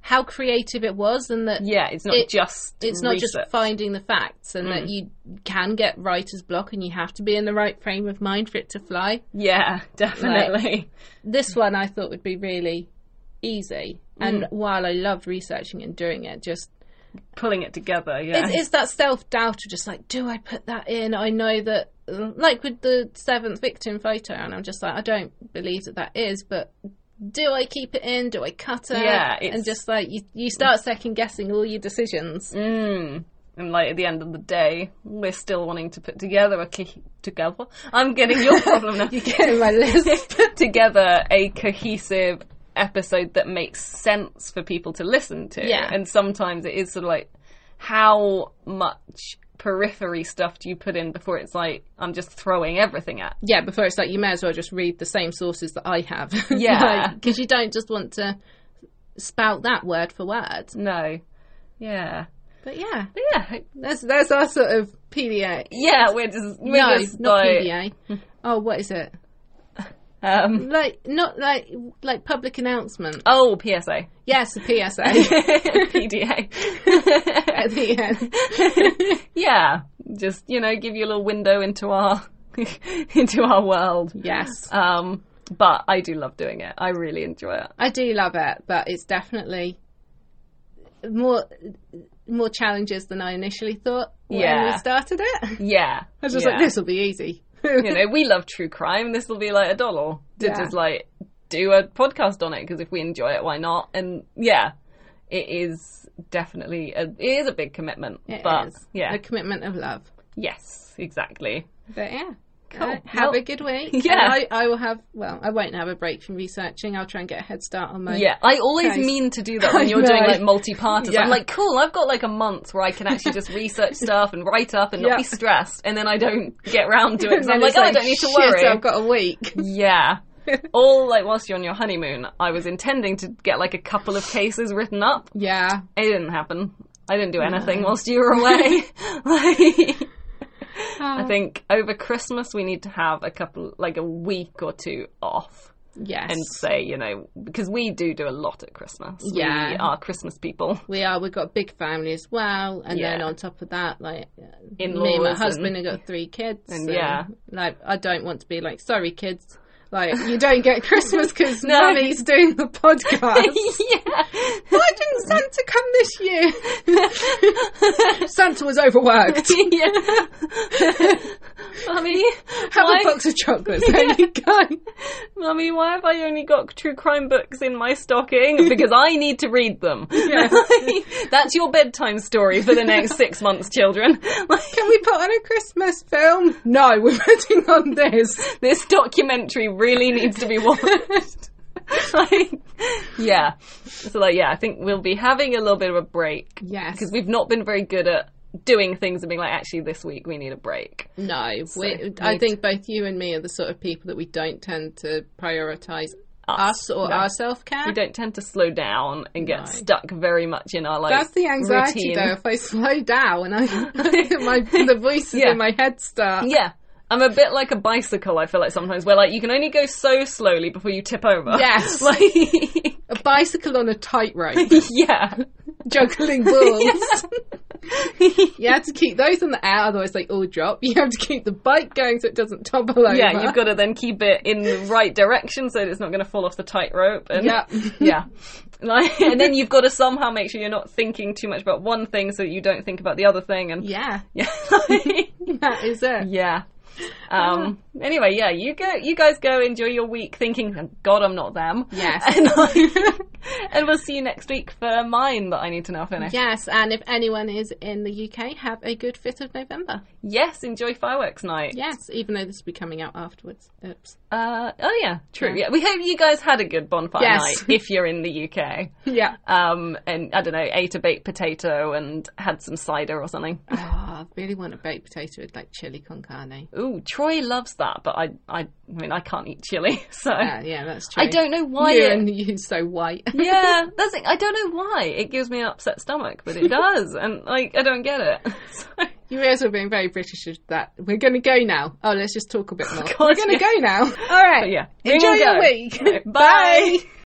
how creative it was and that
Yeah, it's not
It-
just
it's not
research. Mm.
just finding the facts and that you can get writer's block and you have to be in the right frame of mind for it to fly
yeah, definitely.
this one i thought would be really easy and
Mm.
while i love researching and doing it just
Pulling it together. Yeah,
it's, it's that self-doubt of just like do i put that in i know that like with the seventh victim photo and i'm just like i don't believe that that is but do i keep it in do i cut it
Yeah, it's-
and just like you, you start second guessing all your decisions
Mm. And like at the end of the day, we're still wanting to put together a co- together. I'm getting your problem now.
Get my list
put together a cohesive episode that makes sense for people to listen to.
Yeah.
And sometimes it is sort of like how much periphery stuff do you put in before it's like I'm just throwing everything at.
yeah before it's like you may as well just read the same sources that i have
Yeah.
because you don't just want to spout that word for word
No. Yeah.
but yeah
But yeah.
that's that's our sort of pda
Yeah, we're just we're
no
just
not
like,
pda oh what is it
um
like not like like public announcement.
Oh, PSA.
Yes, a PSA
PDA.
at the end.
yeah, just you know, give you a little window into our into our world.
Yes,
Um, but I do love doing it. I really enjoy it.
I do love it, but it's definitely more more challenges than I initially thought when
Yeah.
we started it.
Yeah,
I was just like,
yeah.
this will be easy.
You know, we love true crime. This will be like a dollar to
Yeah.
just like do a podcast on it because if we enjoy it, why not? And yeah, it is definitely a, it is a big commitment.
It
but
is
yeah,
a commitment of love.
Yes, exactly.
But yeah.
Cool.
Right, have
Well-
a good week.
Yeah.
And I, I will have, well, I won't have a break from researching. I'll try and get a head start on my.
Yeah, I always
Nice.
mean to do that when
I
you're doing
know.
like multi-parters.
Yeah.
I'm like, cool, I've got like a month where I can actually just research stuff and write up and
Yeah.
not be stressed, and then I don't get round to it
And
because I'm
then
like,
it's
oh, I don't need to
shit,
worry.
I've got a week.
Yeah. All like whilst you're on your honeymoon, I was intending to get like a couple of cases written up.
Yeah.
It didn't happen. I didn't do anything whilst you were away. like,
Uh.
I think over Christmas we need to have a couple, like a week or two off,
Yes.
and say you know because we do do a lot at Christmas. we
Yeah.
are Christmas people.
we are. We've got a big family as well, and then
Yeah.
on top of that, like me and
In-laws
my
and-
husband have got three kids.
And yeah.
like I don't want to be like, sorry, kids, like you don't get Christmas because
No.
mummy's doing the podcast.
yeah,
Why didn't Santa come this year? Santa was overworked.
yeah. Mummy,
Have
why-
a box of chocolates. There you go.
Mummy, why have I only got true crime books in my stocking? Because I need to read them.
Yeah.
That's your bedtime story for the next six months, children. Like,
Can we put on a Christmas film? No, we're putting on this.
this documentary really needs to be watched. like, yeah. So, like, yeah, I think we'll be having a little bit of a break
Yes.
because we've not been very good at doing things and being like, actually, this week we need a break.
No, we,
So,
I
need-
think both you and me are the sort of people that we don't tend to prioritise
Us.
us or
No.
our self care.
We don't tend to slow down and get
No.
stuck very much in our like
That's the anxiety
routine.
though. If I slow down and I, my the voices
Yeah.
in my head start.
Yeah. I'm a bit like a bicycle, I feel like sometimes, where like you can only go so slowly before you tip over.
Yes.
Like
A bicycle on a tightrope,
Yeah.
juggling balls. You have to keep those in the air, otherwise they all drop. You have to keep the bike going so it doesn't topple over.
yeah, you've got to then keep it in the right direction so that it's not gonna fall off the tightrope and
Yeah.
Yeah. Like, and then you've got to somehow make sure you're not thinking too much about one thing so that you don't think about the other thing and
Yeah,
yeah.
that is it.
yeah. Um
Ah.
anyway, yeah, you go you guys go enjoy your week thinking, "Thank God I'm not them.
Yes.
And, like, and we'll see you next week for mine that I need to now finish.
Yes, and if anyone is in the UK, have a good 5th of November.
Yes, enjoy fireworks night.
Yes, even though this will be coming out afterwards. Oops.
Uh, oh yeah, true.
Yeah.
Yeah. we hope you guys had a good bonfire
Yes.
night if you're in the UK.
Yeah.
Um, and I don't know, ate a baked potato and had some cider or something.
Oh, I really want a baked potato with like chili con carne.
Ooh, Troy loves that, but I, I, I mean, I can't eat chili, so
Yeah, yeah, that's true.
I don't know why.
You
it-
and you so white.
yeah, that's it. I don't know why it gives me an upset stomach, but it does, and like I don't get it. So,
You realise we're being very British with that. We're going to go now. Oh, let's just talk a bit more.
God,
we're going to
yeah.
go now. All right.
but yeah, we
Enjoy
will
your
go.
week.
Bye.